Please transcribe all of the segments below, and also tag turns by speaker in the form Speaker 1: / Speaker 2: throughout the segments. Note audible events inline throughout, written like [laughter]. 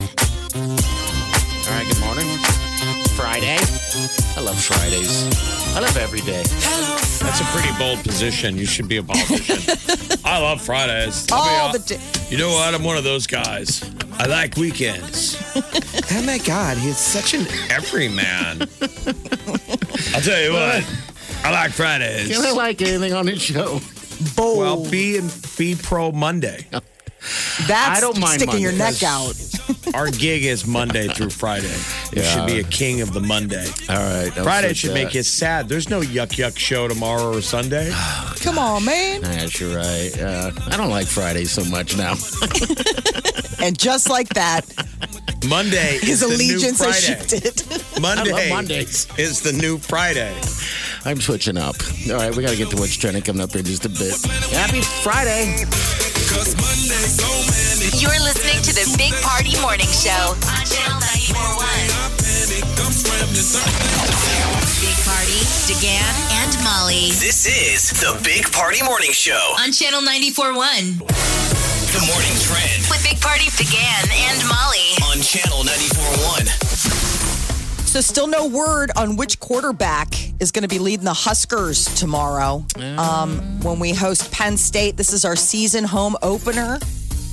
Speaker 1: All right, good morning. Friday. I love Fridays. I love every day.
Speaker 2: That's a pretty bold position. You should be a
Speaker 1: [laughs]
Speaker 2: politician. I love Fridays. I'll be
Speaker 1: All
Speaker 2: hon-
Speaker 1: the di-
Speaker 2: you know what? I'm one of those guys. I like weekends. oh my God, he's such an everyman. I'll tell you what. I like Fridays.
Speaker 1: Can I like anything on this show?
Speaker 3: Bold.
Speaker 2: Well, be and be pro Monday.
Speaker 3: That's
Speaker 1: I don't mind
Speaker 3: sticking your
Speaker 1: Mondays.
Speaker 3: neck out.
Speaker 2: Our gig is Monday through Friday. You should be a king of the Monday.
Speaker 1: All right. I'll
Speaker 2: Friday
Speaker 1: take
Speaker 2: should
Speaker 1: that.
Speaker 2: make you sad. There's no yuck yuck show tomorrow or Sunday.
Speaker 3: Come on, man.
Speaker 1: Yes, you're right. Yeah. I don't like Fridays so much now. [laughs]
Speaker 3: And just like
Speaker 2: [laughs]
Speaker 3: that,
Speaker 2: Monday is
Speaker 3: his
Speaker 2: the new
Speaker 3: allegiance has
Speaker 2: Friday.
Speaker 3: shifted. [laughs]
Speaker 2: Monday
Speaker 1: Mondays.
Speaker 2: is the new Friday.
Speaker 1: I'm switching up. All right, we got to get to what's trending coming up here in just a bit. Happy Friday.
Speaker 4: You're listening to the Big Party Morning Show on Channel 941. Big Party, DeGan, and Molly
Speaker 5: This is the Big Party Morning Show.
Speaker 4: on Channel 941
Speaker 5: The morning trend
Speaker 4: with Big Party, DeGan, and Molly.
Speaker 5: on Channel 94.1.
Speaker 3: So, still no word on which quarterback is going to be leading the Huskers tomorrow. Um, when we host Penn State, this is our season home opener.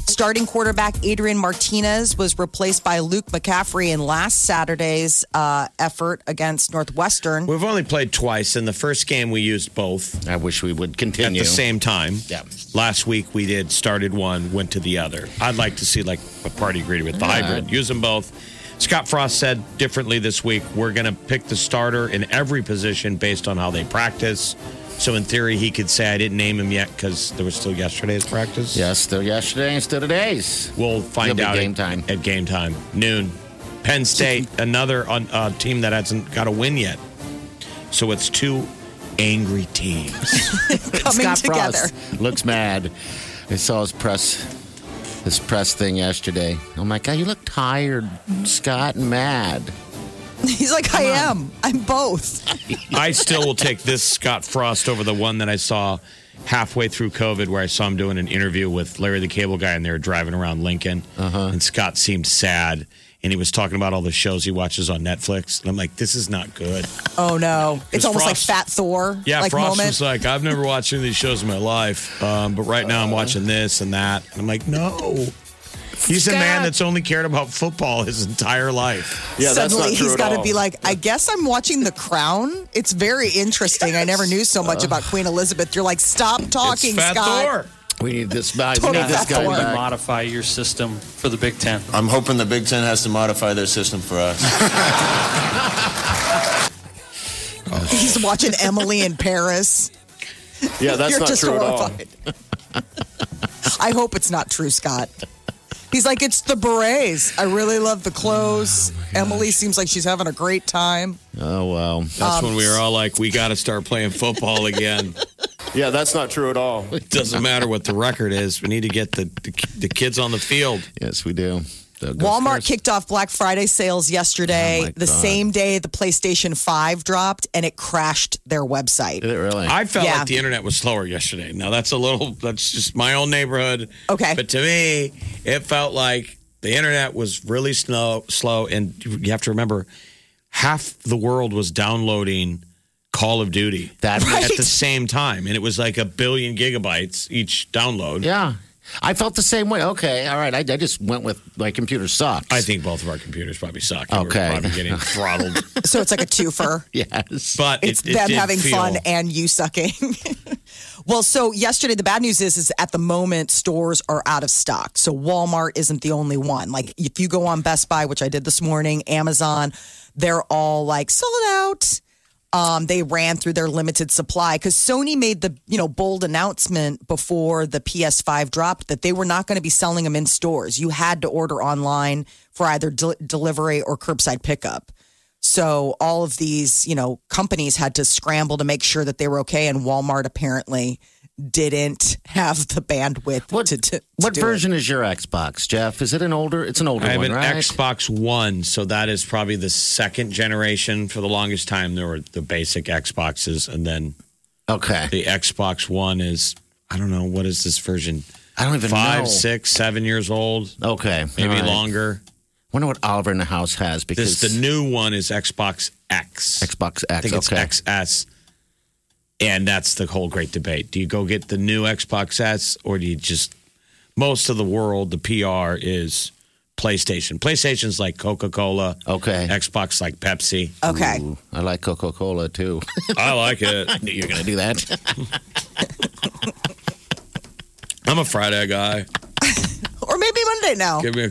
Speaker 3: Starting quarterback Adrian Martinez was replaced by Luke McCaffrey in last Saturday's uh, effort against Northwestern.
Speaker 2: We've only played twice. In the first game, we used both
Speaker 1: I wish we would
Speaker 2: at
Speaker 1: continue.
Speaker 2: the same time.
Speaker 1: Yeah.
Speaker 2: Last week, we did started one, went to the other. I'd like to see like a party agreed with the hybrid. Use them both. Scott Frost said differently this week. We're going to pick the starter in every position based on how they practice. So in theory, he could say I didn't name him yet because there was still yesterday's practice.
Speaker 1: Yeah, still yesterday and still today's.
Speaker 2: We'll find
Speaker 1: It'll be
Speaker 2: out
Speaker 1: game
Speaker 2: at,
Speaker 1: time.
Speaker 2: at game time noon. Penn State, another un, uh, team that hasn't got a win yet. So it's two angry
Speaker 1: [laughs]
Speaker 2: teams.
Speaker 3: coming
Speaker 1: Scott
Speaker 3: together.
Speaker 1: Frost looks mad. I saw his press, his press thing yesterday. I'm like, God, you look tired, Scott, and mad.
Speaker 3: [laughs] He's like, I am. I'm both.
Speaker 2: I still will take this Scott Frost over the one that I saw halfway through COVID, where I saw him doing an interview with Larry the Cable Guy, and they were driving around Lincoln,
Speaker 1: Uh-huh.
Speaker 2: and Scott seemed sad. And he was talking about all the shows he watches on Netflix. And I'm like, this is not good.
Speaker 3: Oh no! It's
Speaker 2: Because
Speaker 3: almost
Speaker 2: Frost-
Speaker 3: like Fat Thor.
Speaker 2: Yeah,
Speaker 3: like
Speaker 2: Frost
Speaker 3: moment.
Speaker 2: was like, I've never watched any of these shows in my life, um, but right now I'm watching this and that. And I'm like, no. He's a man that's only cared about football his entire life.
Speaker 6: Yeah, that's
Speaker 3: Suddenly
Speaker 6: not true
Speaker 3: he's
Speaker 6: at
Speaker 3: got to
Speaker 6: all.
Speaker 3: be like, I guess I'm watching The Crown. It's very interesting. I never knew so much about Queen Elizabeth. You're like, stop talking,
Speaker 2: it's Fat
Speaker 3: Scott.
Speaker 2: Thor.
Speaker 1: We need this guy. We
Speaker 3: Total
Speaker 1: need this guy
Speaker 3: backdoor.
Speaker 1: back.
Speaker 6: modify your system for the Big Ten.
Speaker 7: I'm hoping the Big Ten has to modify their system for us.
Speaker 3: He's watching Emily in Paris.
Speaker 6: Yeah, that's
Speaker 3: You're
Speaker 6: not
Speaker 3: just
Speaker 6: true at all.
Speaker 3: horrified. [laughs] I hope it's not true, Scott. He's like, it's the berets. I really love the clothes. Emily seems like she's having a great time. Um,
Speaker 1: Oh well.
Speaker 2: That's when we were all like, we got to start playing football again.
Speaker 6: [laughs] Yeah, that's not true at all.
Speaker 2: [laughs] It doesn't matter what the record is. We need to get the, the, the kids on the field.
Speaker 1: Yes, we do. So go
Speaker 3: Walmart
Speaker 1: first.
Speaker 3: kicked off Black Friday sales yesterday.
Speaker 1: Oh, my
Speaker 3: the
Speaker 1: God.
Speaker 3: same day the PlayStation 5 dropped and it crashed their website.
Speaker 1: Did it really?
Speaker 2: I felt
Speaker 3: Yeah.
Speaker 2: like the internet was slower yesterday. Now, that's a little, that's just my own neighborhood.
Speaker 3: Okay.
Speaker 2: But to me, it felt like the internet was really slow, slow. And you have to remember, half the world was downloading Call of Duty
Speaker 1: That-
Speaker 2: at the same time. And it was like a billion gigabytes each download.
Speaker 1: yeah. I felt the same way. Okay, all right. I, I just went with my computer sucks.
Speaker 2: I think both of our computers probably suck. and we were
Speaker 1: Okay.
Speaker 2: probably
Speaker 3: [laughs]
Speaker 2: getting throttled.
Speaker 3: So it's like
Speaker 2: [laughs]
Speaker 3: a twofer.
Speaker 1: yes.
Speaker 2: But
Speaker 3: It's
Speaker 2: it, it
Speaker 3: them
Speaker 2: did
Speaker 3: having
Speaker 2: feel-
Speaker 3: fun and you sucking. [laughs] well, so yesterday the bad news is is at the moment stores are out of stock. So Walmart isn't the only one. Like if you go on Best Buy, which I did this morning, Amazon, they're all like sold out. um, they ran through their limited supply because Sony made the you know bold announcement before the PS5 dropped that they were not going to be selling them in stores. You had to order online for either del- delivery or curbside pickup. So all of these you know companies had to scramble to make sure that they were okay, and Walmart apparently didn't [laughs] have the bandwidth to, to, to
Speaker 1: What
Speaker 3: do it.
Speaker 1: version is your Xbox, Jeff? Is it an older? It's an older
Speaker 2: I have
Speaker 1: one,
Speaker 2: an
Speaker 1: right?
Speaker 2: Xbox One, so that is probably the second generation. For the longest time, there were the basic Xboxes, and then
Speaker 1: okay,
Speaker 2: the Xbox One is I don't know what is this version.
Speaker 1: I don't even
Speaker 2: five,
Speaker 1: know.
Speaker 2: six, seven years old,
Speaker 1: okay,
Speaker 2: maybe
Speaker 1: all right.
Speaker 2: longer.
Speaker 1: Wonder what Oliver in the house has because
Speaker 2: This the new one is Xbox X.
Speaker 1: Xbox
Speaker 2: I
Speaker 1: X.
Speaker 2: think it's
Speaker 1: okay,
Speaker 2: XS. And that's the whole great debate. Do you go get the new Xbox S or do you just most of the world, the PR is PlayStation. PlayStation's like Coca Cola.
Speaker 1: Okay.
Speaker 2: Xbox like Pepsi.
Speaker 3: Okay.
Speaker 1: Ooh, I like Coca Cola too. [laughs]
Speaker 2: I like it.
Speaker 1: I knew [laughs] you were gonna do that.
Speaker 2: [laughs] I'm a Friday guy.
Speaker 3: Or maybe Monday now.
Speaker 2: Give me a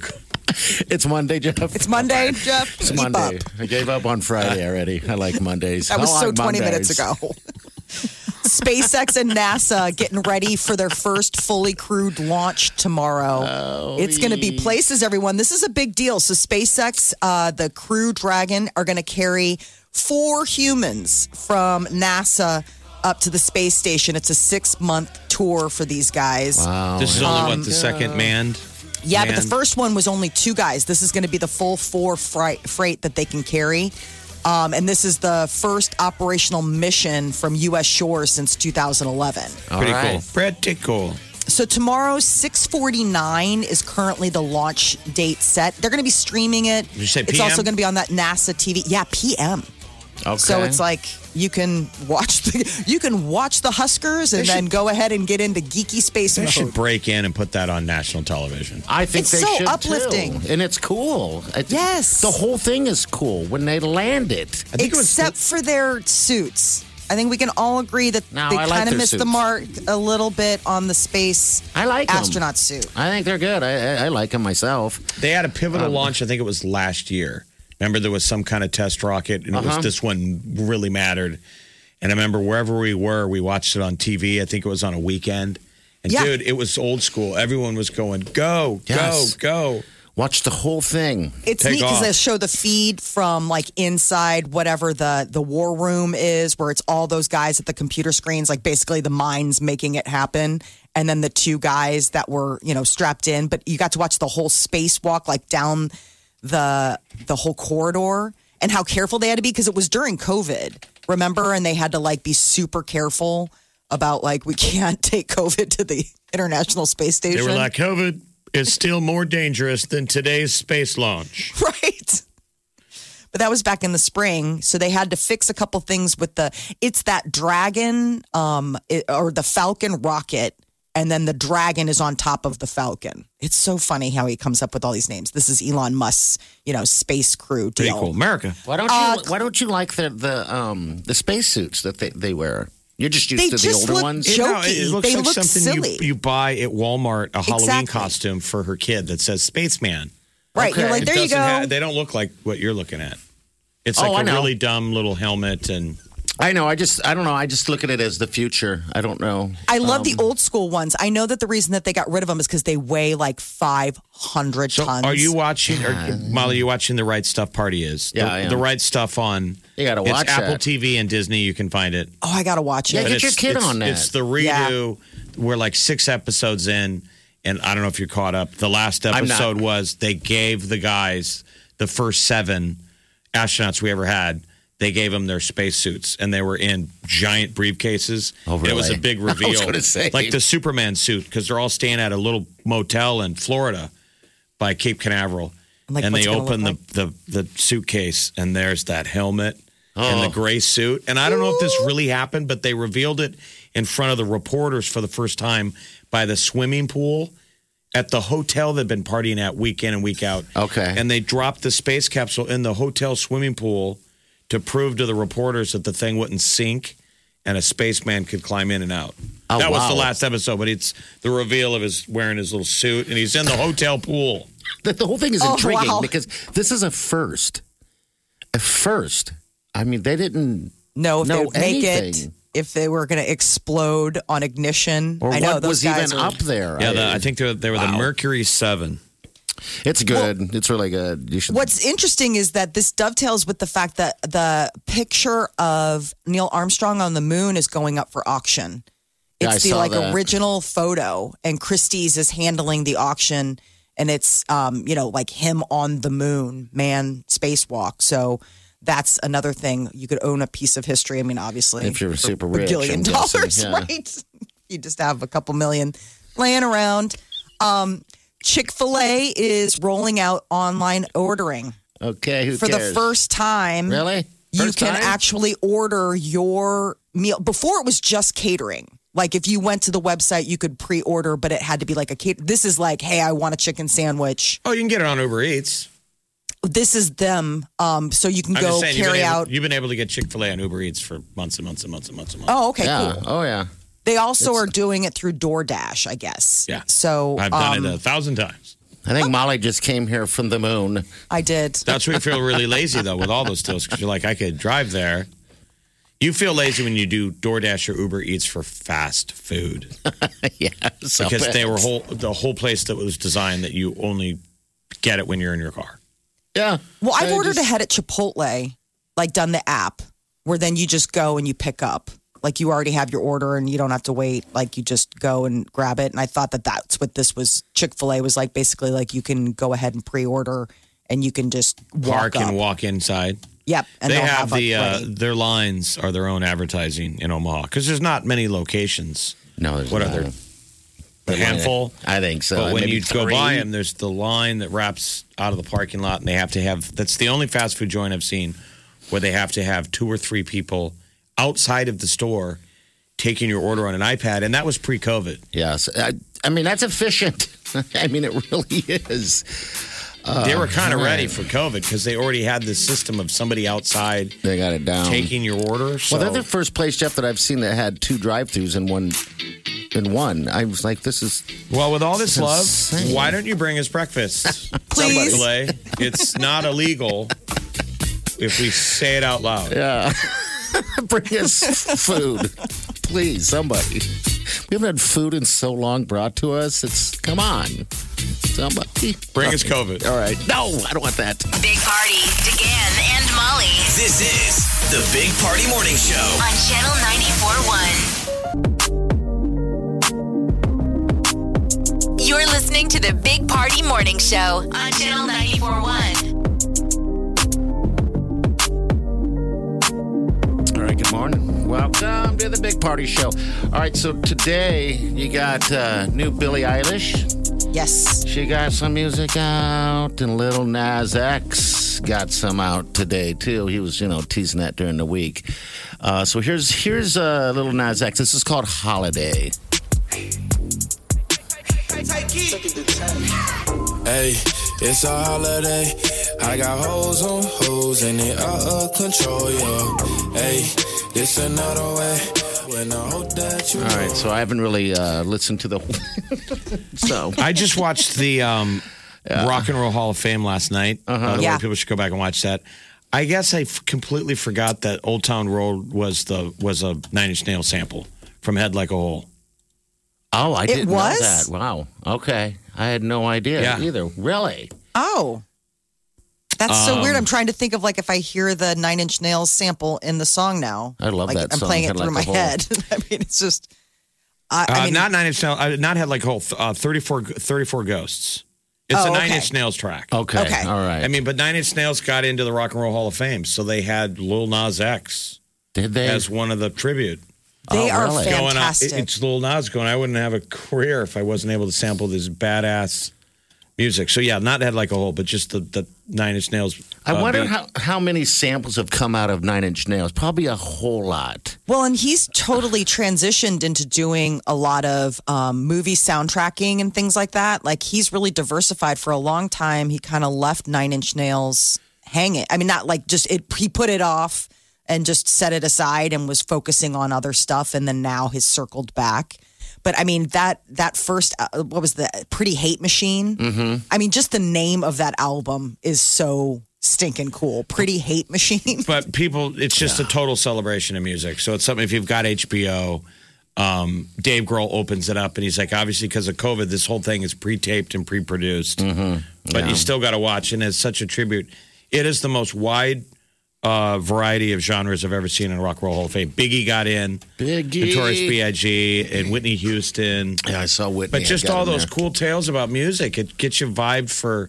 Speaker 1: it's Monday, Jeff.
Speaker 3: It's Monday, Jeff.
Speaker 1: It's
Speaker 3: Keep
Speaker 1: Monday.
Speaker 3: up.
Speaker 1: I gave up on Friday already. I like Mondays.
Speaker 3: That was
Speaker 1: I
Speaker 3: so
Speaker 1: like
Speaker 3: 20
Speaker 1: Mondays.
Speaker 3: minutes ago. [laughs] SpaceX and NASA getting ready for their first fully crewed launch tomorrow.
Speaker 1: Oh,
Speaker 3: it's going to be places, everyone. This is a big deal. So, SpaceX, uh, the Crew Dragon, are going to carry four humans from NASA up to the space station. It's a six month tour for these guys.
Speaker 1: Wow.
Speaker 2: this is only what the second man.
Speaker 3: Yeah, but
Speaker 2: Man.
Speaker 3: the first one was only two guys. This is going to be the full four freight, freight that they can carry. Um, and this is the first operational mission from U.S. shores since 2011.
Speaker 1: All
Speaker 2: Pretty
Speaker 1: right.
Speaker 2: cool. Pretty cool.
Speaker 3: So tomorrow, 6:49 is currently the launch date set. They're going to be streaming it.
Speaker 2: Did you say
Speaker 3: It's also
Speaker 2: PM?
Speaker 3: going to be on that NASA TV. Yeah, PM.
Speaker 1: Okay.
Speaker 3: So it's like you can watch the [laughs] you can watch the Huskers and then go ahead and get into geeky space
Speaker 2: They
Speaker 3: mode.
Speaker 2: should break in and put that on national television.
Speaker 1: I think
Speaker 3: It's
Speaker 1: they
Speaker 3: so
Speaker 1: should too.
Speaker 3: uplifting.
Speaker 1: and it's cool. I-
Speaker 3: Yes.
Speaker 1: the whole thing is cool when they land it.
Speaker 2: I think it was-
Speaker 3: except for their suits. I think we can all agree that
Speaker 1: No,
Speaker 3: they
Speaker 1: I like
Speaker 3: kind of
Speaker 1: their
Speaker 3: missed the
Speaker 1: suits.
Speaker 3: mark a little bit on the space
Speaker 1: I like 'em.
Speaker 3: astronaut suit.
Speaker 1: I think they're good. I, I, I like them myself.
Speaker 2: They had a pivotal
Speaker 1: Um,
Speaker 2: launch. I think it was last year. Remember, there was some kind of test rocket, and
Speaker 1: Uh-huh.
Speaker 2: it was this one really mattered. And I remember wherever we were, we watched it on TV. I think it was on a weekend. And
Speaker 3: Yeah.
Speaker 2: dude, it was old school. Everyone was going, go,
Speaker 1: Yes.
Speaker 2: go, go.
Speaker 1: Watch the whole thing.
Speaker 3: It's
Speaker 2: Take
Speaker 3: neat because
Speaker 2: off.
Speaker 3: they show the feed from like inside whatever the the war room is, where it's all those guys at the computer screens, like basically the minds making it happen, and then the two guys that were you know strapped in. But you got to watch the whole spacewalk, like down the the whole corridor, and how careful they had to be because it was during COVID, remember? And they had to like be super careful about like we [laughs] can't take COVID to the International Space Station.
Speaker 2: They were like, COVID is still more dangerous than today's space launch.
Speaker 3: [laughs] Right. But that was back in the spring, so they had to fix a couple things with the. It's that dragon, um, it, or the Falcon rocket, and then the dragon is on top of the Falcon. It's so funny how he comes up with all these names. This is Elon Musk's, you know, space crew
Speaker 2: Pretty
Speaker 3: deal.
Speaker 2: cool. America.
Speaker 1: Why don't you?
Speaker 3: Uh,
Speaker 1: why don't you like the the um the spacesuits that they, they wear? You're just used
Speaker 3: They
Speaker 1: to the
Speaker 3: just
Speaker 1: older
Speaker 3: look
Speaker 1: ones.
Speaker 3: jo-
Speaker 2: No,
Speaker 3: Jokey.
Speaker 2: it looks
Speaker 3: They
Speaker 2: like
Speaker 3: look
Speaker 2: something
Speaker 3: silly.
Speaker 2: You, you buy at Walmart a Halloween
Speaker 3: Exactly.
Speaker 2: costume for her kid that says Spaceman.
Speaker 3: Right? You're
Speaker 1: Okay.
Speaker 3: like,
Speaker 2: It
Speaker 3: there you go.
Speaker 2: doesn't ha- they don't look like what you're looking at. It's
Speaker 1: Oh,
Speaker 2: like
Speaker 1: I
Speaker 2: a
Speaker 1: know.
Speaker 2: really dumb little helmet and
Speaker 1: I know. I just I don't know. I just look at it as the future. I don't know.
Speaker 3: I love
Speaker 2: um,
Speaker 3: the old school ones. I know that the reason that they got rid of them is because they weigh like 500
Speaker 2: so
Speaker 3: tons.
Speaker 2: are you watching or Molly, you watching the right stuff party is.
Speaker 1: Yeah,
Speaker 2: the,
Speaker 1: I am.
Speaker 2: the right stuff on
Speaker 1: You gotta watch
Speaker 2: it's Apple
Speaker 1: that.
Speaker 2: TV and Disney, you can find it.
Speaker 3: Oh, I gotta watch it.
Speaker 1: Yeah,
Speaker 2: But
Speaker 1: Get your
Speaker 2: it's-
Speaker 1: kid
Speaker 2: it's-
Speaker 1: on that.
Speaker 2: It's the redo. We're like six episodes in, and I don't know if you're caught up. The last
Speaker 1: I'm not.
Speaker 2: episode was they gave the guys the first seven astronauts we ever had. They gave them their spacesuits, and they were in giant briefcases.
Speaker 1: Oh,
Speaker 2: It was a
Speaker 1: really? [laughs]
Speaker 2: big
Speaker 1: I was
Speaker 2: reveal,
Speaker 1: gonna say.
Speaker 2: like the Superman suit, because they're all staying at a little motel in Florida by Cape Canaveral.
Speaker 3: Like,
Speaker 2: and
Speaker 3: what's
Speaker 2: they
Speaker 3: it gonna look
Speaker 2: open the, the, the suitcase, and there's that helmet and
Speaker 1: Oh.
Speaker 2: the gray suit. And I don't know if this really happened, but they revealed it in front of the reporters for the first time by the swimming pool at the hotel they've been partying at week in and week out.
Speaker 1: Okay.
Speaker 2: And they dropped the space capsule in the hotel swimming pool to prove to the reporters that the thing wouldn't sink and a spaceman could climb in and out.
Speaker 1: Oh,
Speaker 2: that was
Speaker 1: wow.
Speaker 2: the last episode, but it's the reveal of his wearing his little suit and he's in the hotel pool.
Speaker 1: The, the whole thing is
Speaker 3: Oh,
Speaker 1: intriguing
Speaker 3: wow.
Speaker 1: because this is a first. A first. I mean, they didn't
Speaker 3: know if they
Speaker 1: No,
Speaker 3: would make it,
Speaker 1: anything.
Speaker 3: if they were going to explode on ignition.
Speaker 1: Or
Speaker 3: I know
Speaker 1: what
Speaker 3: those
Speaker 1: was
Speaker 3: guys
Speaker 1: even
Speaker 3: are-
Speaker 1: up there?
Speaker 2: Yeah, the, I think they were, they were the
Speaker 1: Wow.
Speaker 2: Mercury Seven.
Speaker 1: It's good. it's really good. You should.
Speaker 3: What's interesting is that this dovetails with the fact that the picture of Neil Armstrong on the moon is going up for auction.
Speaker 1: Yeah,
Speaker 3: It's
Speaker 1: I
Speaker 3: the
Speaker 1: saw
Speaker 3: like
Speaker 1: that.
Speaker 3: original photo, and Christie's is handling the auction, and it's um, you know like him on the moon, man spacewalk. So that's another thing you could own a piece of history. I mean, obviously,
Speaker 1: If you're super
Speaker 3: a
Speaker 1: rich,
Speaker 3: billion
Speaker 1: I'm guessing,
Speaker 3: dollars, [laughs]
Speaker 1: yeah.
Speaker 3: right? You just have a couple million laying around. Um, Chick Fil A is rolling out online ordering
Speaker 1: Okay, who
Speaker 3: for
Speaker 1: cares?
Speaker 3: the first time.
Speaker 1: Really?
Speaker 3: You
Speaker 1: First
Speaker 3: can
Speaker 1: time?
Speaker 3: actually order your meal. Before it was just catering. Like if you went to the website, you could pre-order, but it had to be like a cater. This is like, hey, I want a chicken sandwich.
Speaker 2: Oh, you can get it on Uber Eats.
Speaker 3: This is them. Um, so you can
Speaker 2: I'm
Speaker 3: go
Speaker 2: just saying, you've
Speaker 3: carry
Speaker 2: been able-
Speaker 3: out.
Speaker 2: you've been able to get Chick Fil A on Uber Eats for months and months and months and months and months.
Speaker 3: Oh, okay,
Speaker 1: yeah.
Speaker 3: cool.
Speaker 1: Oh yeah.
Speaker 3: They also are doing it through DoorDash, I guess.
Speaker 2: Yeah.
Speaker 3: So
Speaker 2: I've done
Speaker 3: um,
Speaker 2: it a thousand times.
Speaker 1: I think Molly just came here from the
Speaker 2: [laughs]
Speaker 1: moon.
Speaker 3: I did.
Speaker 2: That's where you feel really lazy though with all those deals because you're like, I could drive there. You feel lazy when you do DoorDash or Uber Eats for fast
Speaker 3: [laughs]
Speaker 2: food
Speaker 1: yes. I'll
Speaker 2: because
Speaker 1: bet.
Speaker 2: they were whole the whole place that was designed that you only get it when you're in your car.
Speaker 1: Yeah.
Speaker 3: Well, I've
Speaker 1: They
Speaker 3: ordered
Speaker 1: just-
Speaker 3: ahead at Chipotle, like done the app, where then you just go and you pick up. Like you already have your order and you don't have to wait. Like you just go and grab it. And I thought that that's what this was. Chick fil A was like basically like you can go ahead and pre order and you can just walk
Speaker 2: park
Speaker 3: up.
Speaker 2: and walk inside.
Speaker 3: Yep. And
Speaker 2: they
Speaker 3: they'll
Speaker 2: have,
Speaker 3: a
Speaker 2: the uh,
Speaker 3: plate.
Speaker 2: their lines are their own advertising in Omaha because there's not many locations.
Speaker 1: No, there's
Speaker 2: What
Speaker 1: not.
Speaker 2: are there? A
Speaker 1: Atlanta.
Speaker 2: handful.
Speaker 1: I think so.
Speaker 2: but when
Speaker 1: Maybe
Speaker 2: you go by
Speaker 1: three.
Speaker 2: them, there's the line that wraps out of the parking lot, and they have to have. That's the only fast food joint I've seen where they have to have two or three people outside of the store taking your order on an iPad, and that was pre-COVID.
Speaker 1: Yes. I, I mean, that's efficient. [laughs] I mean, it really is.
Speaker 2: they were kind of
Speaker 1: Oh, man.
Speaker 2: ready for COVID because they already had this system of somebody outside
Speaker 1: They got it down.
Speaker 2: taking your order. So
Speaker 1: Um, well, they're the first place, Jeff, that I've seen that had two drive-throughs in one. In one, I was like, "This is
Speaker 2: Well, with all this
Speaker 1: It's
Speaker 2: love,
Speaker 1: insane.
Speaker 2: why don't you bring us
Speaker 1: [laughs]
Speaker 2: breakfast?
Speaker 3: Please.
Speaker 2: Chick-fil-A? It's not illegal if we say it out loud.
Speaker 1: bring us food, please, somebody." We haven't had food in so long brought to us. It's come on, somebody
Speaker 2: Bring us COVID.
Speaker 1: All right, no, I don't want that.
Speaker 4: Big Party, DeGan and Molly
Speaker 7: This is the Big Party Morning Show.
Speaker 4: on Channel 94.1. You're listening to the Big Party Morning Show on Channel 94.1.
Speaker 1: All right, good morning. Welcome to the Big Party Show. All right, so today you got uh, new Billie Eilish.
Speaker 3: yes.
Speaker 1: She got some music out, and Little Nas X got some out today too. He was, you know, teasing that during the week. Uh, so here's here's uh, Little Nas X. This is called Holiday.
Speaker 8: Hey, it's a holiday. I got hoes on hoes and they out of control, yeah. Hey, this another way. When I hope that you
Speaker 1: All right, so I haven't really uh, listened to the [laughs] so
Speaker 2: I just watched the um, Rock and Roll Hall of Fame last night. By the
Speaker 3: Uh-huh. Yeah.
Speaker 2: way, people should go back and watch that. I guess I f- completely forgot that Old Town Road was the was a Nine Inch Nail sample from Head Like a Hole.
Speaker 1: oh I didn't
Speaker 3: was?
Speaker 1: know that. Wow. Okay, I had no idea
Speaker 2: Yeah.
Speaker 1: either. Really?
Speaker 3: Oh. That's so
Speaker 1: Um,
Speaker 3: weird. I'm trying to think of like if I hear the Nine Inch Nails sample in the song now.
Speaker 1: I love
Speaker 3: like,
Speaker 1: that
Speaker 3: I'm
Speaker 1: song,
Speaker 3: playing it
Speaker 1: kinda
Speaker 3: through my
Speaker 1: like the whole-
Speaker 3: head. [laughs] I mean, it's just. I,
Speaker 2: Uh,
Speaker 3: I mean,
Speaker 2: not Nine Inch Nail. Uh, not Head Like a Hole. th- Uh, 34, 34 Ghosts. It's
Speaker 3: Oh,
Speaker 2: a Nine
Speaker 3: okay. Oh,
Speaker 2: Inch Nails track.
Speaker 1: Okay.
Speaker 3: Okay.
Speaker 1: All right.
Speaker 2: I mean, but Nine Inch Nails got into the Rock and Roll Hall of Fame, so they had Lil Nas X
Speaker 1: did they?
Speaker 2: as one of the tribute.
Speaker 3: they
Speaker 1: Oh,
Speaker 3: are
Speaker 1: really?
Speaker 2: Going on,
Speaker 3: fantastic.
Speaker 2: it- it's Lil Nas going. I wouldn't have a career if I wasn't able to sample this badass music. So yeah, not head like a whole, but just the, the Nine Inch Nails.
Speaker 1: I
Speaker 2: uh,
Speaker 1: wonder
Speaker 2: beat.
Speaker 1: how, how many samples have come out of Nine Inch Nails. Probably a whole lot.
Speaker 3: Well, and he's totally transitioned into doing a lot of um, movie soundtracking and things like that. Like he's really diversified for a long time. He kind of left Nine Inch Nails hanging. I mean, not like just it. He put it off and just set it aside and was focusing on other stuff. And then now he's circled back. But I mean that that first uh, what was the Pretty Hate Machine? Mm-hmm. I mean, just the name of that album is so stinking cool. Pretty hate
Speaker 1: [laughs]
Speaker 3: machine. [laughs]
Speaker 2: But people, it's just a total celebration of music. So it's something if you've got HBO, um, Dave Grohl opens it up and he's like, obviously because of COVID, this whole thing is pre-taped and pre-produced, but
Speaker 1: Mm-hmm. Yeah.
Speaker 2: you still got to watch. And it's such a tribute. It is the most wide uh, variety of genres I've ever seen in Rock and Roll Hall of Fame. Biggie got in,
Speaker 1: Biggie.
Speaker 2: Notorious B.I.G. and Whitney Houston.
Speaker 1: Yeah, I saw Whitney.
Speaker 2: But
Speaker 1: I
Speaker 2: just
Speaker 1: got
Speaker 2: all
Speaker 1: in
Speaker 2: those
Speaker 1: there.
Speaker 2: cool tales about music, it gets you vibed for,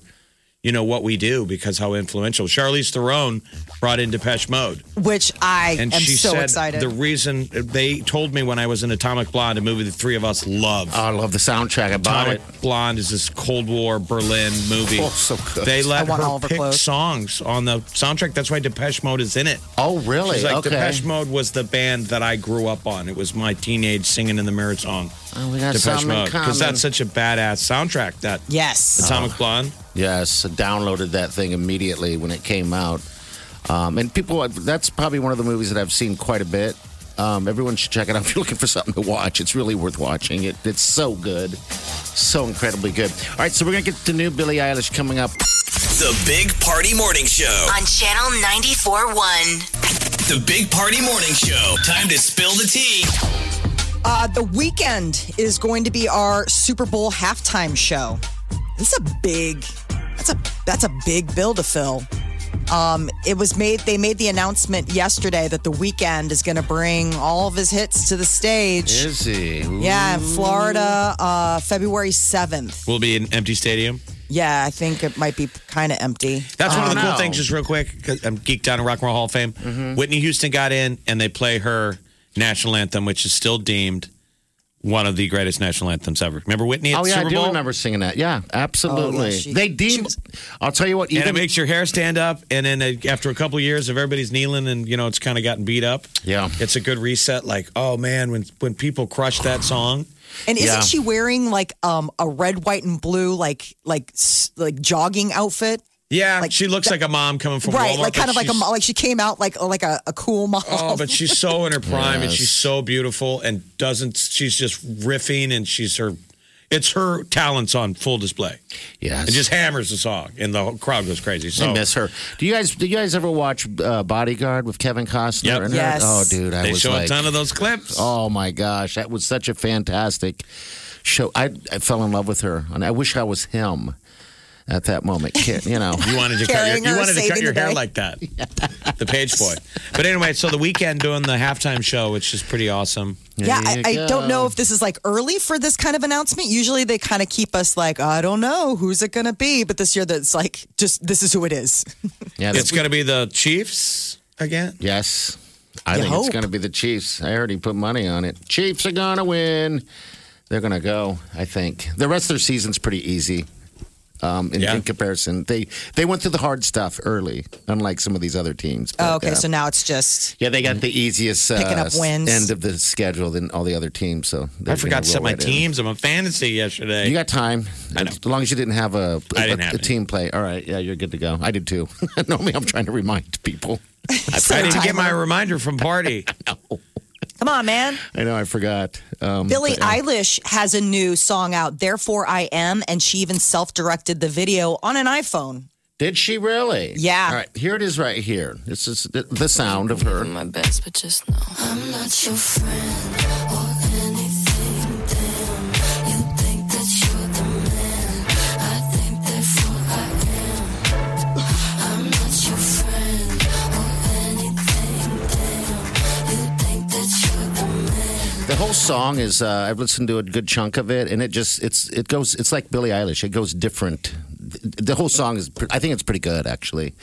Speaker 2: you know, what we do because how influential. Charlize Theron brought in Depeche Mode.
Speaker 3: Which I
Speaker 2: And
Speaker 3: am
Speaker 2: she
Speaker 3: so
Speaker 2: said
Speaker 3: excited.
Speaker 2: the reason they told me when I was in Atomic Blonde, a movie the three of us love.
Speaker 1: I love the soundtrack. I bought
Speaker 2: Atomic Blonde is this Cold War Berlin movie.
Speaker 1: Oh, so good.
Speaker 2: They let
Speaker 1: I want
Speaker 2: her
Speaker 1: all of her
Speaker 2: pick
Speaker 1: clothes.
Speaker 2: songs on the soundtrack. That's why Depeche Mode is in it.
Speaker 1: Oh, really?
Speaker 2: She's like,
Speaker 1: Okay.
Speaker 2: Depeche Mode was the band that I grew up on. It was my teenage singing in the mirror song.
Speaker 1: Oh, we got
Speaker 2: Depeche
Speaker 1: something in
Speaker 2: Mode,
Speaker 1: common.
Speaker 2: because that's such a badass soundtrack. That
Speaker 3: yes,
Speaker 2: Atomic Blonde.
Speaker 1: Yes, I downloaded that thing immediately when it came out. Um, and people, that's probably one of the movies that I've seen quite a bit. Um, everyone should check it out if you're [laughs] looking for something to watch. It's really worth watching. It, it's so good, so incredibly good. All right, so we're gonna get the new Billie Eilish coming up.
Speaker 7: The Big Party Morning Show.
Speaker 9: On Channel 94.1.
Speaker 7: The Big Party Morning Show. Time to spill the tea.
Speaker 3: Uh, the weekend is going to be our Super Bowl halftime show. This is a big. That's a that's a big bill to fill. Um, it was made. They made the announcement yesterday that the weekend is going to bring all of his hits to the stage.
Speaker 1: Is he?
Speaker 3: Yeah, in Florida, uh, February seventh.
Speaker 2: Will be an empty stadium.
Speaker 3: Yeah, I think it might be kind of empty.
Speaker 2: That's one of the
Speaker 3: Um,
Speaker 2: cool things, just real quick, 'cause I'm geeked out in Rock and Roll Hall of Fame. Whitney Houston got in, and they play her national anthem, which is still deemed one of the greatest national anthems ever. Remember Whitney at
Speaker 1: Oh
Speaker 2: the
Speaker 1: yeah,
Speaker 2: Super
Speaker 1: I do
Speaker 2: Bowl?
Speaker 1: remember singing that. Yeah, absolutely. they deem. I'll tell you what.
Speaker 2: and
Speaker 1: Even
Speaker 2: it makes your hair stand up, and then uh, after a couple of years of everybody's kneeling and, you know, it's kind of gotten beat up,
Speaker 1: yeah.
Speaker 2: it's a good reset. Like, oh, man, when, when people crush that song.
Speaker 3: And isn't
Speaker 2: Yeah.
Speaker 3: she wearing like um a red, white, and blue like like s- like jogging outfit?
Speaker 2: Yeah, she looks like a mom coming from
Speaker 3: right,
Speaker 2: Walmart,
Speaker 3: like kind
Speaker 2: but
Speaker 3: of like a
Speaker 2: she's-
Speaker 3: mo- like she came out like oh, like a, a cool mom.
Speaker 2: Oh, but she's so in her prime
Speaker 1: Um,
Speaker 2: and
Speaker 1: Yes.
Speaker 2: she's so beautiful and doesn't she's just riffing and she's her it's her talents on full display.
Speaker 1: Yes.
Speaker 2: And just Oh. hammers the song and the whole crowd goes crazy. So
Speaker 1: I miss her. Do you guys? Do you guys ever watch uh, Bodyguard with Kevin Costner?
Speaker 2: Yep.
Speaker 1: and her?
Speaker 2: Yes.
Speaker 1: Oh, dude, I
Speaker 2: They
Speaker 1: was
Speaker 2: show
Speaker 1: like,
Speaker 2: a ton of those clips.
Speaker 1: Oh my gosh, that was such a fantastic show. I, I fell in love with her, and I wish I was him at that moment. Kid, you
Speaker 3: [laughs]
Speaker 1: know,
Speaker 2: You wanted to cut your,
Speaker 3: Carrying
Speaker 2: you
Speaker 3: her,
Speaker 2: wanted to cut
Speaker 3: saving
Speaker 2: your
Speaker 3: the
Speaker 2: hair
Speaker 3: day.
Speaker 2: like
Speaker 3: [laughs]
Speaker 2: that. The page boy. But anyway, so the weekend doing the halftime show, which is pretty awesome.
Speaker 3: [laughs] yeah,
Speaker 1: There
Speaker 3: I,
Speaker 1: you
Speaker 3: I don't
Speaker 1: go.
Speaker 3: know if this is like early for this kind of announcement. Usually they kind of keep us like I don't know who's it going to be, but this year that's like just this is who it is.
Speaker 1: Yeah,
Speaker 2: It's gonna be the Chiefs again.
Speaker 1: yes. I
Speaker 3: You
Speaker 1: think it's
Speaker 3: hope.
Speaker 1: going to be the Chiefs. I already put money on it. Chiefs are going to win. They're going to go. I think the rest of their season's pretty easy. Um, in,
Speaker 2: Yeah.
Speaker 1: in comparison, they they went through the hard stuff early, unlike some of these other teams. But,
Speaker 3: Oh, okay,
Speaker 1: uh,
Speaker 3: so now it's just
Speaker 1: Yeah, they got the easiest uh,
Speaker 3: Picking up wins.
Speaker 1: end of the schedule than all the other teams. So they're
Speaker 2: I forgot
Speaker 1: gonna
Speaker 2: to set
Speaker 1: roll
Speaker 2: my
Speaker 1: right in.
Speaker 2: teams. I'm a fantasy yesterday.
Speaker 1: You got time, as long as you didn't have a
Speaker 2: I didn't
Speaker 1: a-
Speaker 2: have
Speaker 1: a
Speaker 2: any.
Speaker 1: team play. All right, yeah, you're good to go. I did too. [laughs] Normally, I'm trying to remind people.
Speaker 2: I didn't get my reminder from party.
Speaker 3: come on, man.
Speaker 1: I know I forgot. Um,
Speaker 3: Billie
Speaker 1: but, yeah.
Speaker 3: Eilish has a new song out, Therefore I Am, and she even self directed the video on an iPhone.
Speaker 1: did she really?
Speaker 3: Yeah.
Speaker 1: All right, here it is, right here. This is the, the sound of her.
Speaker 4: my best, but just know I'm not your friend or anything. Damn, you think that you're the man. I think therefore I am. I'm not your friend or anything. Damn, you think that you're the man.
Speaker 1: The whole song is. Uh, I've listened to a good chunk of it, and it just it's it goes. It's like Billie Eilish. It goes different. The, the whole song is. pre- I think it's pretty good actually.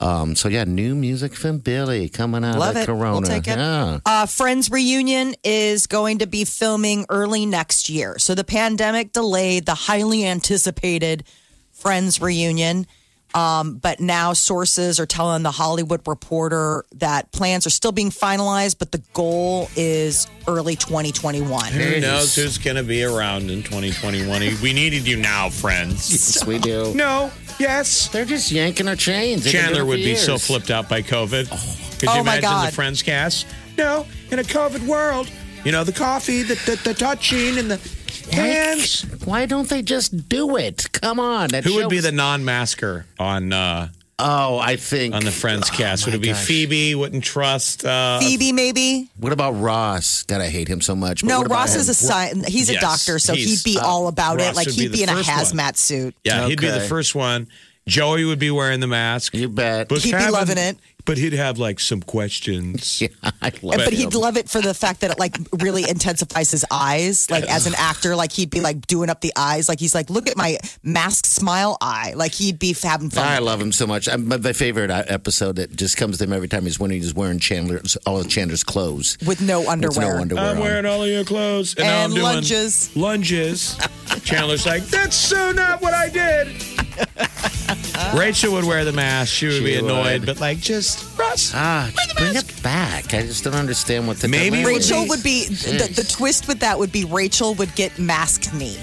Speaker 1: Um, so yeah, new music from Billie coming out
Speaker 3: Love
Speaker 1: of
Speaker 3: it.
Speaker 1: Corona.
Speaker 3: We'll take it.
Speaker 1: Yeah.
Speaker 3: [laughs] Uh, Friends Reunion is going to be filming early next year. So the pandemic delayed the highly anticipated Friends Reunion. Um, but now sources are telling The Hollywood Reporter that plans are still being finalized, but the goal is early 2021.
Speaker 2: Who knows who's going to be around in 2021? We needed you now, friends.
Speaker 1: Yes, we do.
Speaker 2: [laughs] No, yes.
Speaker 1: They're just yanking our chains. They've been
Speaker 2: Chandler
Speaker 1: doing it
Speaker 2: would
Speaker 1: for
Speaker 2: be so
Speaker 1: years.
Speaker 2: flipped out by COVID. Could you
Speaker 3: Oh, my
Speaker 2: imagine the
Speaker 3: God.
Speaker 2: Friends cast? No, in a COVID world, you know, the coffee, the, the, the touching, and the hands.
Speaker 1: Why don't they just do it? Come on. That
Speaker 2: Who would
Speaker 1: show
Speaker 2: be
Speaker 1: was-
Speaker 2: the non masker on uh,
Speaker 1: Oh, I think Oh,
Speaker 2: on the Friends cast would it be Phoebe? Wouldn't trust uh,
Speaker 3: Phoebe, maybe.
Speaker 1: What about Ross? God, I hate him so much. but
Speaker 3: No,
Speaker 1: what about
Speaker 3: Ross
Speaker 1: him?
Speaker 3: is a sci- he's a
Speaker 1: Yes,
Speaker 3: doctor, so
Speaker 1: he's-
Speaker 3: he'd be
Speaker 1: uh,
Speaker 3: all about it.
Speaker 1: Ross
Speaker 3: Like
Speaker 1: would be
Speaker 3: he'd
Speaker 1: the
Speaker 3: be in a
Speaker 1: first one.
Speaker 3: hazmat suit.
Speaker 2: Yeah, he'd be the
Speaker 1: Okay.
Speaker 2: first one. Joey would be wearing the mask. You
Speaker 1: bet. [laughs]
Speaker 2: But
Speaker 3: He'd be
Speaker 2: having-
Speaker 3: loving it.
Speaker 2: But he'd have like some questions. yeah,
Speaker 1: I
Speaker 3: And- but he'd love it for the fact that it like really intensifies his eyes. Like as an actor, like he'd be like doing up the eyes. Like he's like, look at my masked smile eye. Like he'd be having fun.
Speaker 1: I love him so much. I, my, my favorite uh, episode that just comes to him every time is when he's wearing Chandler's all of Chandler's clothes.
Speaker 3: With no
Speaker 1: underwear. underwear
Speaker 2: I'm
Speaker 1: on.
Speaker 2: wearing all of your clothes, and, now I'm
Speaker 3: And
Speaker 2: doing
Speaker 3: lunges.
Speaker 2: Lunges. Chandler's like, that's so not what I did. Rachel would wear the mask. She would
Speaker 1: She
Speaker 2: be
Speaker 1: would.
Speaker 2: annoyed, but like just Ross.
Speaker 1: Ah, just bring it back. I just don't understand what the
Speaker 2: Maybe
Speaker 1: dilemma
Speaker 3: Rachel
Speaker 1: is.
Speaker 3: would be
Speaker 1: Hmm.
Speaker 3: the, the twist with that would be Rachel would get masked knee.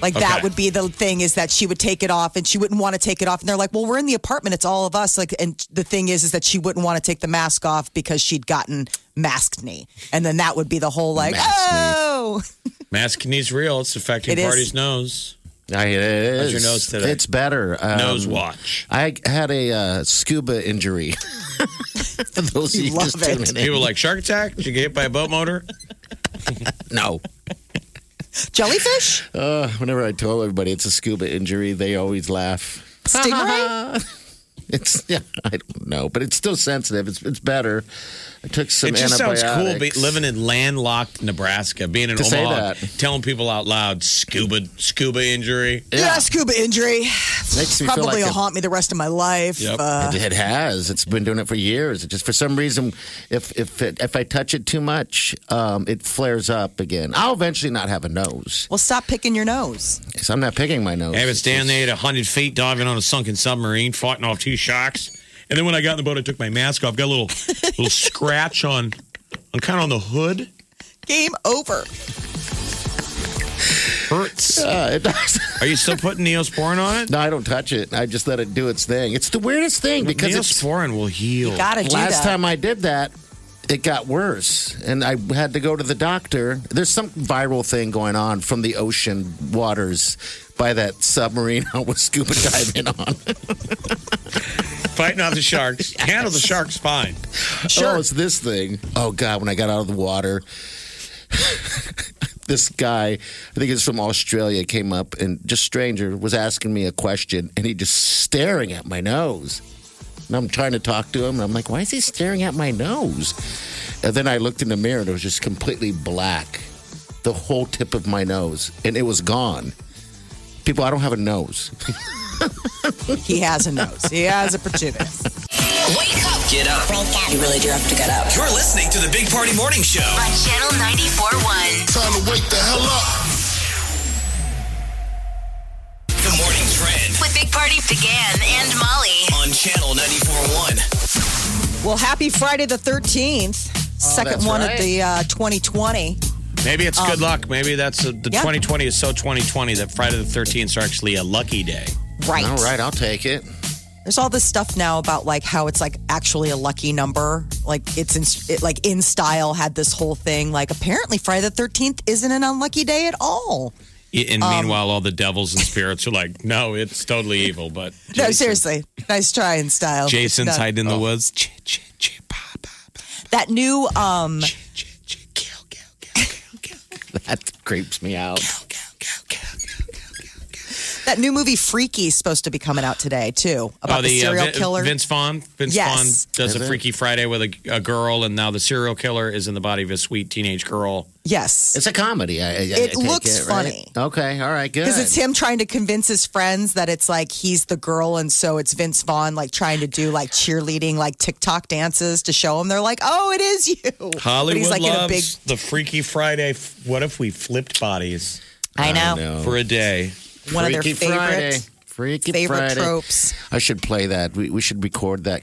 Speaker 3: Like
Speaker 1: Okay.
Speaker 3: that would be the thing is that she would take it off and she wouldn't want to take it off. And they're like, well, we're in the apartment. It's all of us. Like, and the thing is, is that she wouldn't want to take the mask off because she'd gotten masked knee. And then that would be the whole like, oh,
Speaker 2: Mask needs real. It's affecting
Speaker 3: It is.
Speaker 2: Party's nose.
Speaker 1: I, it
Speaker 2: How's
Speaker 1: is.
Speaker 2: your nose today?
Speaker 1: It's better. Uh,
Speaker 2: Nose watch.
Speaker 1: I had a uh, scuba injury. [laughs] For those of you just tuning in.
Speaker 2: People are like shark attack. Did you get hit by a boat motor?
Speaker 1: no.
Speaker 3: jellyfish,
Speaker 1: Uh, whenever I tell everybody it's a scuba injury, they always laugh.
Speaker 3: stingray.
Speaker 1: It's [laughs] yeah, I don't know, but it's still sensitive. It's it's better. I took some.
Speaker 2: it just sounds cool be,
Speaker 1: antibiotics.
Speaker 2: living in landlocked Nebraska, being in
Speaker 1: To say
Speaker 2: Omaha, telling people out loud scuba scuba injury.
Speaker 3: Yeah. scuba injury.
Speaker 1: Makes me feel
Speaker 3: Probably
Speaker 1: like
Speaker 3: will
Speaker 1: a-
Speaker 3: haunt me the rest of my life. Uh,
Speaker 1: it, it has. It's been doing it for years. It just for some reason, if if it, if I touch it too much, um, it flares up again. I'll eventually not have a nose
Speaker 3: well, stop picking your nose.
Speaker 1: because I'm not picking my nose.
Speaker 2: I was down there at 100 feet diving on a sunken submarine, fighting off two sharks. And then when I got in the boat, I took my mask off. Got a little little scratch on, on kind of on the hood.
Speaker 3: Game over.
Speaker 2: Hurts.
Speaker 1: Yeah, it does.
Speaker 2: Are you still putting Neosporin on it?
Speaker 1: No, I don't touch it. I just let it do its thing. It's the weirdest thing because it's
Speaker 2: Neosporin will heal.
Speaker 3: gotta do
Speaker 1: last
Speaker 3: that.
Speaker 1: time I did that, it got worse, and I had to go to the doctor. There's some viral thing going on from the ocean waters by that submarine [laughs] I was scuba diving on.
Speaker 2: Fighting off the sharks. Handle the sharks fine.
Speaker 1: Oh, it's this thing. Oh God, when I got out of the water, [laughs] this guy, I think it's from Australia, came up and just stranger was asking me a question, and he just staring at my nose. And I'm trying to talk to him, and I'm like, why is he staring at my nose? And then I looked in the mirror, and it was just completely black, the whole tip of my nose, and it was gone. People, I don't have a nose.
Speaker 3: He has a nose. He has
Speaker 1: [laughs]
Speaker 3: a protuberance.
Speaker 7: Wake up. Get up.
Speaker 10: You really do have to get up.
Speaker 7: You're listening to the Big Party Morning Show.
Speaker 4: On Channel 94.1.
Speaker 7: Time to wake the hell up. The morning trend
Speaker 4: With Big Party began and Molly.
Speaker 7: on Channel 94.1.
Speaker 3: Well, happy Friday the 13th.
Speaker 1: Oh,
Speaker 3: Second
Speaker 2: that's
Speaker 3: one
Speaker 2: right.
Speaker 3: of the uh, 2020.
Speaker 2: Maybe it's good
Speaker 3: Um,
Speaker 2: luck. Maybe that's a, the
Speaker 3: yeah.
Speaker 2: 2020 is so 2020 that Friday the 13th is actually a lucky day.
Speaker 3: Right.
Speaker 1: All right, I'll take it.
Speaker 3: There's all this stuff now about like how it's like actually a lucky number. Like it's in, it, like in style had this whole thing. Like apparently Friday the 13th isn't an unlucky day at all.
Speaker 2: Y- And meanwhile, all the devils and spirits are like, no, it's totally evil. But
Speaker 3: No, seriously. Nice try in style.
Speaker 2: Jason's
Speaker 3: No.
Speaker 2: hiding in the woods. Ch- ch-
Speaker 3: That new um
Speaker 1: [laughs] That creeps me out.
Speaker 3: that new movie Freaky is supposed to be coming out today too about the, serial
Speaker 2: Oh, uh, Vin-
Speaker 3: killer.
Speaker 2: Vince Vaughn. Vince
Speaker 3: Yes.
Speaker 2: Vaughn does
Speaker 1: Is
Speaker 2: a
Speaker 1: it?
Speaker 2: Freaky Friday with a, a girl, and now the serial killer is in the body of a sweet teenage girl.
Speaker 3: yes.
Speaker 1: It's a comedy. I, I, I
Speaker 3: It
Speaker 1: take
Speaker 3: looks
Speaker 1: it, right?
Speaker 3: funny.
Speaker 1: Okay, all right, good.
Speaker 3: Because it's him trying to convince his friends that it's like he's the girl, and so it's Vince Vaughn like trying to do like cheerleading, like TikTok dances to show him. They're like, "Oh, it is you." [laughs] But
Speaker 2: Hollywood
Speaker 3: he's like
Speaker 2: loves
Speaker 3: in a big.
Speaker 2: the Freaky Friday. F- What if we flipped bodies
Speaker 3: I know.
Speaker 2: for a day?
Speaker 3: One of their
Speaker 1: Freaky
Speaker 3: favorite-
Speaker 1: Friday. Freaky
Speaker 3: favorite
Speaker 1: Friday.
Speaker 3: tropes.
Speaker 1: I should play that. We, we should record that,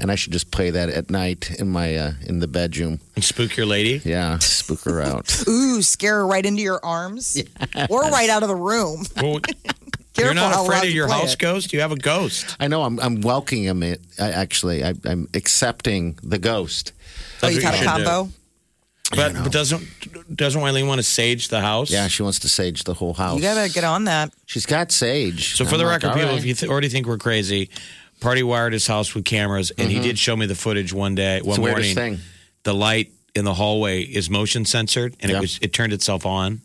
Speaker 1: and I should just play that at night in my uh, in the bedroom.
Speaker 2: And spook your lady.
Speaker 1: Yeah, spook her
Speaker 3: [laughs]
Speaker 1: out.
Speaker 3: Ooh, scare her right into your [laughs] arms, or right out of the room. [laughs]
Speaker 2: Well,
Speaker 3: Careful
Speaker 2: you're
Speaker 3: how
Speaker 2: not
Speaker 3: loud
Speaker 2: afraid of
Speaker 3: you
Speaker 2: your
Speaker 3: play
Speaker 2: house
Speaker 3: it.
Speaker 2: ghost. You have a ghost.
Speaker 1: I know. I'm I'm welcoming it. I, actually, I, I'm accepting the ghost.
Speaker 3: Oh, you
Speaker 2: That's what
Speaker 3: got a
Speaker 2: you should
Speaker 3: combo.
Speaker 2: But, but doesn't doesn't Eileen want to sage the house?
Speaker 1: Yeah, she wants to sage the whole house.
Speaker 3: You gotta get on that.
Speaker 1: She's got sage.
Speaker 2: So for the
Speaker 1: I'm like,
Speaker 2: record,
Speaker 1: all
Speaker 2: people,
Speaker 1: right.
Speaker 2: if you th- already think we're crazy, Party wired his house with cameras, and he
Speaker 1: Mhm.
Speaker 2: did show me the footage one day, one
Speaker 1: the
Speaker 2: morning.
Speaker 1: weirdest thing.
Speaker 2: The light in the hallway is motion censored, and it was it turned itself on.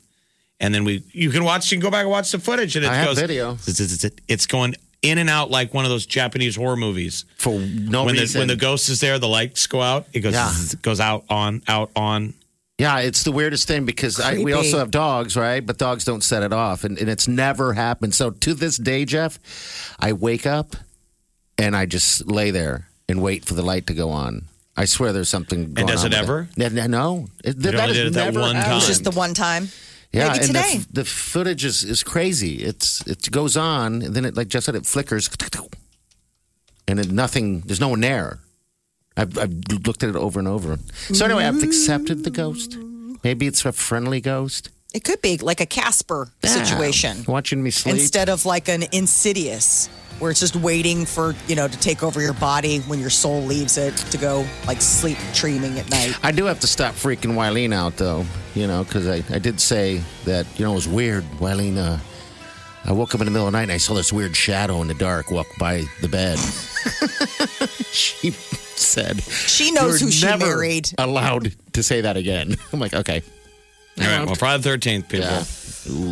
Speaker 2: And then we, you can watch, you can go back and watch the footage, and it
Speaker 1: I have
Speaker 2: goes
Speaker 1: video.
Speaker 2: zzz, zzz, zzz. It's going in and out like one of those Japanese horror movies.
Speaker 1: For no
Speaker 2: when
Speaker 1: reason.
Speaker 2: The, when the ghost is there, the lights go out. It goes
Speaker 1: Oh, Yeah.
Speaker 2: zzz, zzz, goes out on out on.
Speaker 1: Yeah, it's the weirdest thing because I, we also
Speaker 2: Creepy.
Speaker 1: have dogs, right? But dogs don't set it off, and, and it's never happened. So to this day, Jeff, I wake up and I just lay there and wait for the light to go on. I swear there's something. Going
Speaker 2: does
Speaker 1: on
Speaker 2: it
Speaker 1: with
Speaker 2: ever?
Speaker 1: It. No, no. It-
Speaker 2: It
Speaker 1: that
Speaker 2: only
Speaker 1: has
Speaker 2: did it that
Speaker 1: never
Speaker 2: one
Speaker 1: happened.
Speaker 3: It's just the one time.
Speaker 1: Yeah,
Speaker 3: Maybe
Speaker 1: and the f-
Speaker 3: today.
Speaker 1: The, footage is, is crazy. It's it goes on, and then it like Jeff said, it flickers, and it, nothing. There's no one there. I've, I've looked at it over and over. So anyway, I've accepted the ghost. Maybe it's a friendly ghost.
Speaker 3: It could be like a Casper situation.
Speaker 1: Yeah, watching me sleep.
Speaker 3: instead of like an insidious where it's just waiting for you know to take over your body when your soul leaves it to go like sleep dreaming at night
Speaker 1: I do have to stop freaking Wileen out though, you know, because I, I did say that you know it was weird. Wileen, uh, I woke up in the middle of the night and I saw this weird shadow in the dark walk by the
Speaker 3: [laughs]
Speaker 1: bed. [laughs] she said
Speaker 3: She knows
Speaker 1: "You're
Speaker 3: who she
Speaker 1: never
Speaker 3: married."
Speaker 1: Allowed to say that again. [laughs] I'm like, okay,
Speaker 2: All right, well, Friday the Thirteenth, people.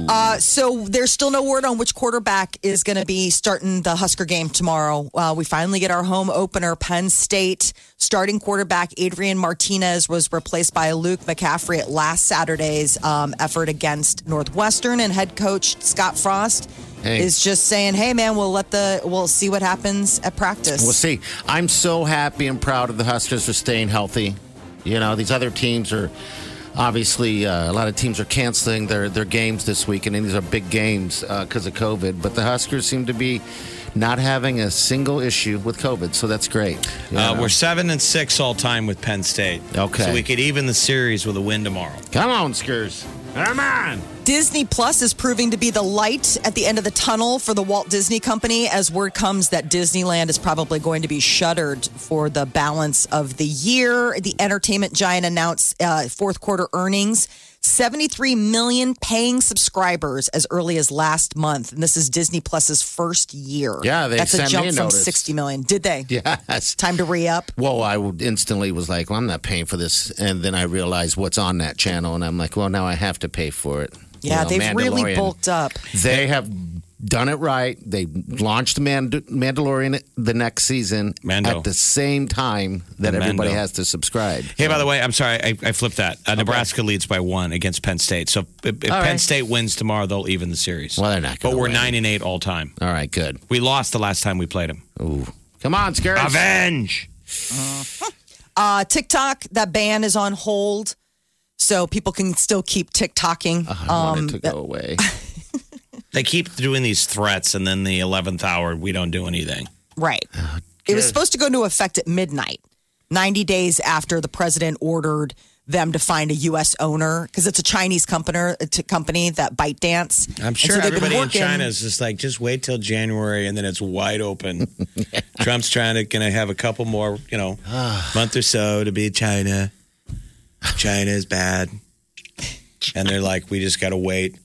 Speaker 3: uh, so there's still no word on which quarterback is going to be starting the husker game tomorrow uh, we finally get our home opener penn state starting quarterback adrian martinez was replaced by luke mccaffrey at last saturday's um, effort against northwestern and head coach scott frost
Speaker 1: Hey.
Speaker 3: is just saying hey man we'll let the we'll see what happens at practice
Speaker 1: We'll see. I'm so happy and proud of the Huskers for staying healthy. You know, these other teams are obviously uh, a lot of teams are canceling their their games this week, and these are big games because of COVID. But the Huskers seem to be not having a single issue with COVID, so that's great. you
Speaker 2: Uh,
Speaker 1: know.
Speaker 2: we're seven and six all time with Penn State.
Speaker 1: Okay.
Speaker 2: so we could even the series with a win tomorrow.
Speaker 1: Come on, Skurs. [laughs] Come on.
Speaker 3: Disney Plus is proving to be the light at the end of the tunnel for the Walt Disney Company as word comes that Disneyland is probably going to be shuttered for the balance of the year. The entertainment giant announced uh, fourth quarter earnings. 73 million paying subscribers as early as last month. And this is Disney Plus's first year.
Speaker 1: Yeah, they
Speaker 3: That's a
Speaker 1: sent
Speaker 3: jump
Speaker 1: me a
Speaker 3: from
Speaker 1: notice.
Speaker 3: 60 million. Did they?
Speaker 1: Yes.
Speaker 3: Time to re up.
Speaker 1: Whoa, I would- instantly was like, well, I'm not paying for this. And then I realized what's on that channel, and I'm like, well, now I have to pay for it. You
Speaker 3: Yeah,
Speaker 1: know,
Speaker 3: they've really
Speaker 1: Mandalorian.
Speaker 3: bulked up.
Speaker 1: They have done it right. They launched Mand- Mandalorian the next season
Speaker 2: Mando.
Speaker 1: at the same time that
Speaker 2: The
Speaker 1: everybody
Speaker 2: Mando.
Speaker 1: has to subscribe.
Speaker 2: Hey, by the way, I'm sorry, I, I flipped that. Uh, Nebraska leads by one against Penn State. So if, if
Speaker 1: All
Speaker 2: Penn
Speaker 1: right.
Speaker 2: State wins tomorrow, they'll even the series.
Speaker 1: Well, they're not.
Speaker 2: But
Speaker 1: gonna
Speaker 2: we're
Speaker 1: win.
Speaker 2: nine and eight all time.
Speaker 1: All right, good.
Speaker 2: We lost the last time we played them.
Speaker 1: Ooh, come on, Scary.
Speaker 2: Revenge.
Speaker 3: Uh, TikTok, that ban is on hold. So people can still keep
Speaker 2: Uh,
Speaker 3: TikToking.
Speaker 1: I
Speaker 3: Um,
Speaker 1: want it to go
Speaker 3: [laughs]
Speaker 1: away.
Speaker 2: They keep doing these threats, and then the eleventh hour, we don't do anything.
Speaker 3: Right.
Speaker 2: Oh,
Speaker 3: it was supposed to go into effect at midnight, 90 days after the president ordered them to find a U.S. owner because it's a Chinese company, to company that ByteDance.
Speaker 2: I'm
Speaker 3: And
Speaker 2: sure
Speaker 3: so they've been
Speaker 2: everybody in
Speaker 3: working-
Speaker 2: China is just like, just wait till January, and then it's
Speaker 1: [laughs]
Speaker 2: wide open. Trump's trying to gonna have a couple more, you
Speaker 1: [sighs]
Speaker 2: know,
Speaker 1: Ah.
Speaker 2: month or so to be China. China is bad, and they're like, we just got to wait.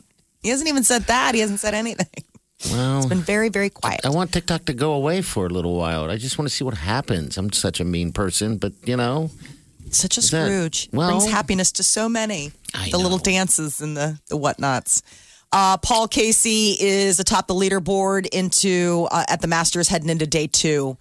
Speaker 3: He hasn't even said that. He hasn't said anything. [laughs]
Speaker 1: Well,
Speaker 3: Been very, very quiet.
Speaker 1: I want TikTok to go away for a little while. I just want to see what happens. I'm such a mean person, but you know,
Speaker 3: Such a
Speaker 1: Is that-
Speaker 3: Scrooge.
Speaker 1: well-
Speaker 3: Brings happiness to so many.
Speaker 1: I
Speaker 3: the little dances and the, the whatnots. Uh, Paul Casey is atop the leaderboard into uh, at the Masters heading into day two.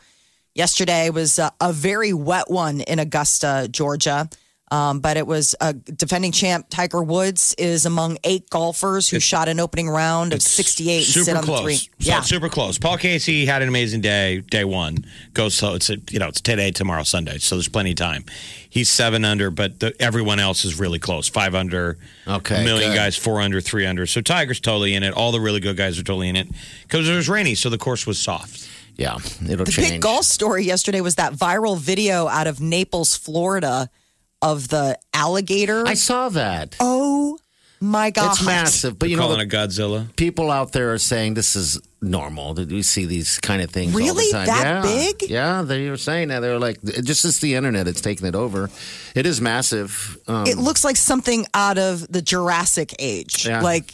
Speaker 3: Yesterday was uh, a very wet one in Augusta, Georgia. Um, but it was uh, defending champ Tiger Woods is among eight golfers who shot an opening round of 68 and sit
Speaker 2: super
Speaker 3: on the three.
Speaker 2: close. So
Speaker 3: yeah.
Speaker 2: super close. Paul Casey had an amazing day. Day one goes so it's you know it's today tomorrow Sunday, so there's plenty of time. He's seven under, but the, everyone else is really close. Five under,
Speaker 1: Okay,
Speaker 2: a million
Speaker 1: good.
Speaker 2: guys, four under, three under. So Tiger's totally in it. All the really good guys are totally in it because it was rainy, so the course was soft.
Speaker 1: yeah, it'll
Speaker 3: The
Speaker 1: change.
Speaker 3: big golf story yesterday was that viral video out of Naples, Florida, of the alligator.
Speaker 1: I saw that.
Speaker 3: Oh My God.
Speaker 1: It's massive. But you know,
Speaker 2: calling it Godzilla.
Speaker 1: people out there are saying this is normal. that We see these kind of things. all the
Speaker 3: Really?
Speaker 1: time.
Speaker 3: That
Speaker 1: yeah.
Speaker 3: big?
Speaker 1: Yeah, they were saying that. They were like, it just it's the internet that's taking it over. It is massive. Um,
Speaker 3: it looks like something out of the Jurassic age.
Speaker 1: Yeah.
Speaker 3: Like,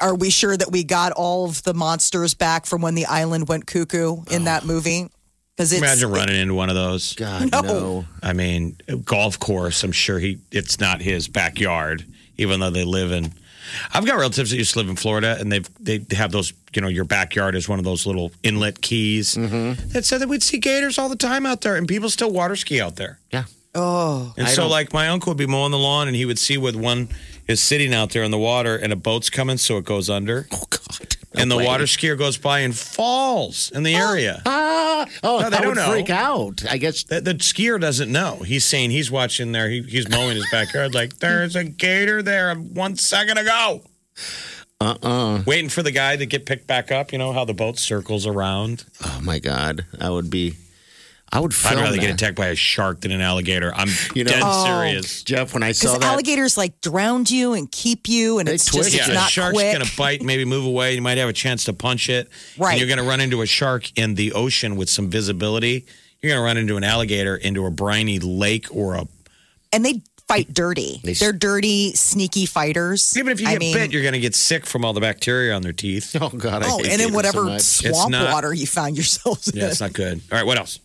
Speaker 3: are we sure that we got all of the monsters back from when the island went cuckoo in
Speaker 1: Oh.
Speaker 3: that movie? Because it's
Speaker 2: Imagine running into one of those.
Speaker 1: God,
Speaker 3: No.
Speaker 1: no.
Speaker 2: I mean, a golf course. I'm sure he. It's not his backyard, even though they live in. I've got relatives that used to live in Florida, and they've they have those. You know, your backyard is one of those little inlet keys
Speaker 1: Mm-hmm.
Speaker 2: that said that we'd see gators all the time out there, and people still water ski out there.
Speaker 1: Yeah.
Speaker 3: Oh,
Speaker 2: And
Speaker 1: I
Speaker 2: so,
Speaker 1: don't-
Speaker 2: like, my uncle would be mowing the lawn, and he would see what one is sitting out there in the water, and a boat's coming, so it goes under. Oh God! and the
Speaker 1: way.
Speaker 2: water skier goes by and falls in the area.
Speaker 1: Ah, oh,
Speaker 2: No, they
Speaker 1: that
Speaker 2: don't
Speaker 1: would
Speaker 2: know.
Speaker 1: freak out. I guess
Speaker 2: The, the skier doesn't know. He's saying he's watching there. He, he's mowing his backyard. Like there's a gator there one second ago.
Speaker 1: Uh uh
Speaker 2: Waiting for the guy to get picked back up. You know how the boat circles around.
Speaker 1: Oh my God. I would be. I would film
Speaker 2: I'd rather
Speaker 1: that.
Speaker 2: get attacked by a shark than an alligator. I'm
Speaker 1: You know-
Speaker 2: dead
Speaker 3: Oh.
Speaker 2: serious.
Speaker 1: Jeff, when I saw
Speaker 3: because
Speaker 1: that.
Speaker 3: alligators like drowned you and keep you, and
Speaker 1: They
Speaker 3: it's just
Speaker 1: twitch.
Speaker 3: it's
Speaker 2: Yeah, a
Speaker 3: not
Speaker 2: shark's
Speaker 3: quick.
Speaker 2: gonna bite. Maybe move away. You might have a chance to punch it.
Speaker 3: Right.
Speaker 2: And you're gonna run into a shark in the ocean with some visibility. You're gonna run into an alligator into a briny lake or a.
Speaker 3: and they fight dirty.
Speaker 1: They-
Speaker 3: They, are dirty, sneaky fighters.
Speaker 2: Even if you
Speaker 3: I
Speaker 2: get
Speaker 3: mean,
Speaker 2: bit, you're gonna get sick from all the bacteria on their teeth.
Speaker 1: [laughs] Oh God! I
Speaker 3: Oh,
Speaker 1: hate
Speaker 3: and
Speaker 1: gators
Speaker 3: in
Speaker 1: so
Speaker 3: whatever
Speaker 1: much.
Speaker 3: swamp
Speaker 2: not-
Speaker 3: water you found yourselves in.
Speaker 2: Yeah, it's not good. All right, what else?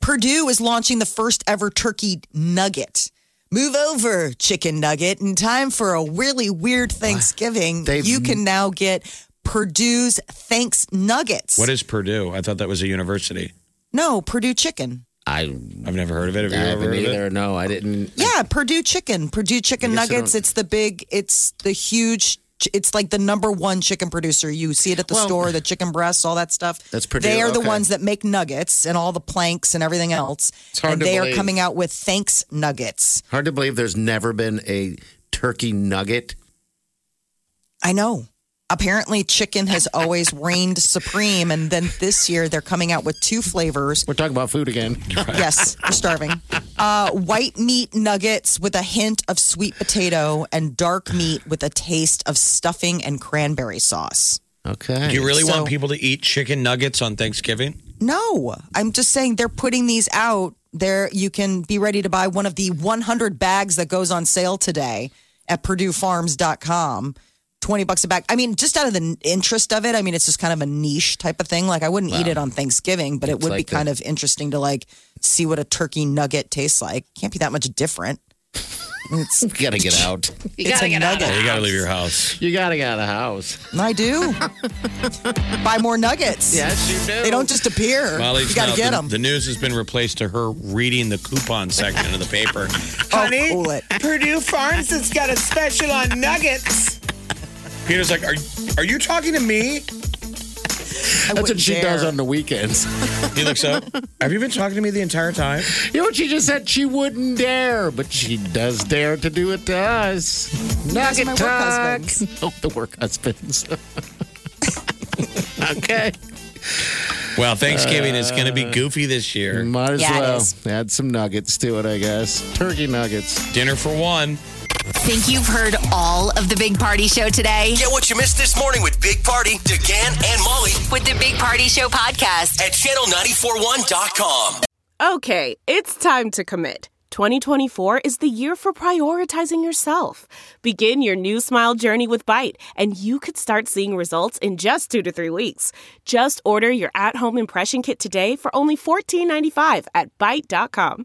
Speaker 3: Purdue is launching the first ever turkey nugget. Move over, chicken nugget, in time for a really weird Thanksgiving.
Speaker 1: They've-
Speaker 3: you can now get Purdue's Thanks Nuggets.
Speaker 2: What is Purdue? I thought that was a university.
Speaker 3: No, Purdue chicken.
Speaker 1: I,
Speaker 2: I've never heard of it. Have
Speaker 1: I
Speaker 2: you ever
Speaker 1: haven't
Speaker 2: heard of
Speaker 1: either.
Speaker 2: it?
Speaker 1: No, I didn't.
Speaker 3: Yeah, Purdue chicken. Purdue chicken
Speaker 1: I guess I
Speaker 3: nuggets.
Speaker 1: don't-
Speaker 3: It's the big, it's the huge, it's like the number one chicken producer. You see it at the
Speaker 1: Well-
Speaker 3: store, the chicken breasts, all that stuff.
Speaker 1: That's Purdue,
Speaker 3: They are the
Speaker 1: okay.
Speaker 3: ones that make nuggets and all the planks and everything else.
Speaker 1: It's hard
Speaker 3: and
Speaker 1: to
Speaker 3: they
Speaker 1: believe.
Speaker 3: are coming out with thanks nuggets.
Speaker 1: Hard to believe there's never been a turkey nugget.
Speaker 3: I know. Apparently, chicken has always reigned supreme. And then this year, they're coming out with two flavors.
Speaker 1: We're talking about food again.
Speaker 3: Yes, we're starving. Uh, white meat nuggets with a hint of sweet potato, and dark meat with a taste of stuffing and cranberry sauce.
Speaker 1: Okay.
Speaker 2: Do you really
Speaker 3: So-
Speaker 2: want people to eat chicken nuggets on Thanksgiving?
Speaker 3: No, I'm just saying they're putting these out. There, you can be ready to buy one of the 100 bags that goes on sale today at PurdueFarms.com. 20 bucks a bag. I mean, just out of the n- interest of it, I mean, it's just kind of a niche type of thing. Like, I wouldn't eat it on Thanksgiving, but it
Speaker 1: It's
Speaker 3: would be
Speaker 1: like the-
Speaker 3: kind of interesting to like see what a turkey nugget tastes like. Can't be that much different. It's,
Speaker 1: You gotta get out.
Speaker 3: it's a nugget.
Speaker 2: You got to leave your house.
Speaker 1: [laughs]
Speaker 3: [laughs]
Speaker 1: You gotta get out of the house. [laughs]
Speaker 3: I do. buy more nuggets.
Speaker 1: Yes, you do.
Speaker 3: They don't just appear.
Speaker 2: Molly's
Speaker 3: you got
Speaker 2: now-
Speaker 3: to get
Speaker 2: the,
Speaker 3: them.
Speaker 2: The news has been replaced to her reading the coupon section of the paper.
Speaker 3: [laughs] Honey, cool it.
Speaker 2: Purdue Farms has got a special on nuggets.
Speaker 3: Oh.
Speaker 2: Peter's like, are are you talking to me?
Speaker 1: That's what she
Speaker 3: wouldn't
Speaker 1: does
Speaker 3: dare.
Speaker 1: on the weekends. [laughs]
Speaker 2: He looks
Speaker 3: [laughs]
Speaker 2: up. Have you been talking to me the entire time?
Speaker 1: you know what she just said? She wouldn't dare, but she does dare to do it to us.
Speaker 3: guys are
Speaker 1: Nugget
Speaker 3: my work
Speaker 1: talk. [laughs]
Speaker 3: husbands.
Speaker 1: Oh, the work husbands. [laughs] okay.
Speaker 2: Well, Thanksgiving is going to
Speaker 3: Uh,
Speaker 2: be goofy this year.
Speaker 1: Might as
Speaker 3: Yeah, it
Speaker 1: well
Speaker 3: is.
Speaker 1: add some nuggets to it, I guess. Turkey nuggets.
Speaker 2: Dinner for one.
Speaker 4: Think you've heard all of the Big Party Show today?
Speaker 7: Get what you missed this morning with Big Party, DeGan, and Molly
Speaker 4: With the Big Party Show podcast.
Speaker 7: at channel941.com.
Speaker 11: Okay, it's time to commit. 2024 is the year for prioritizing yourself. Begin your new smile journey with Bite, and you could start seeing results in just two to three weeks. Just order your at home impression kit today for only $14.95 at Bite.com.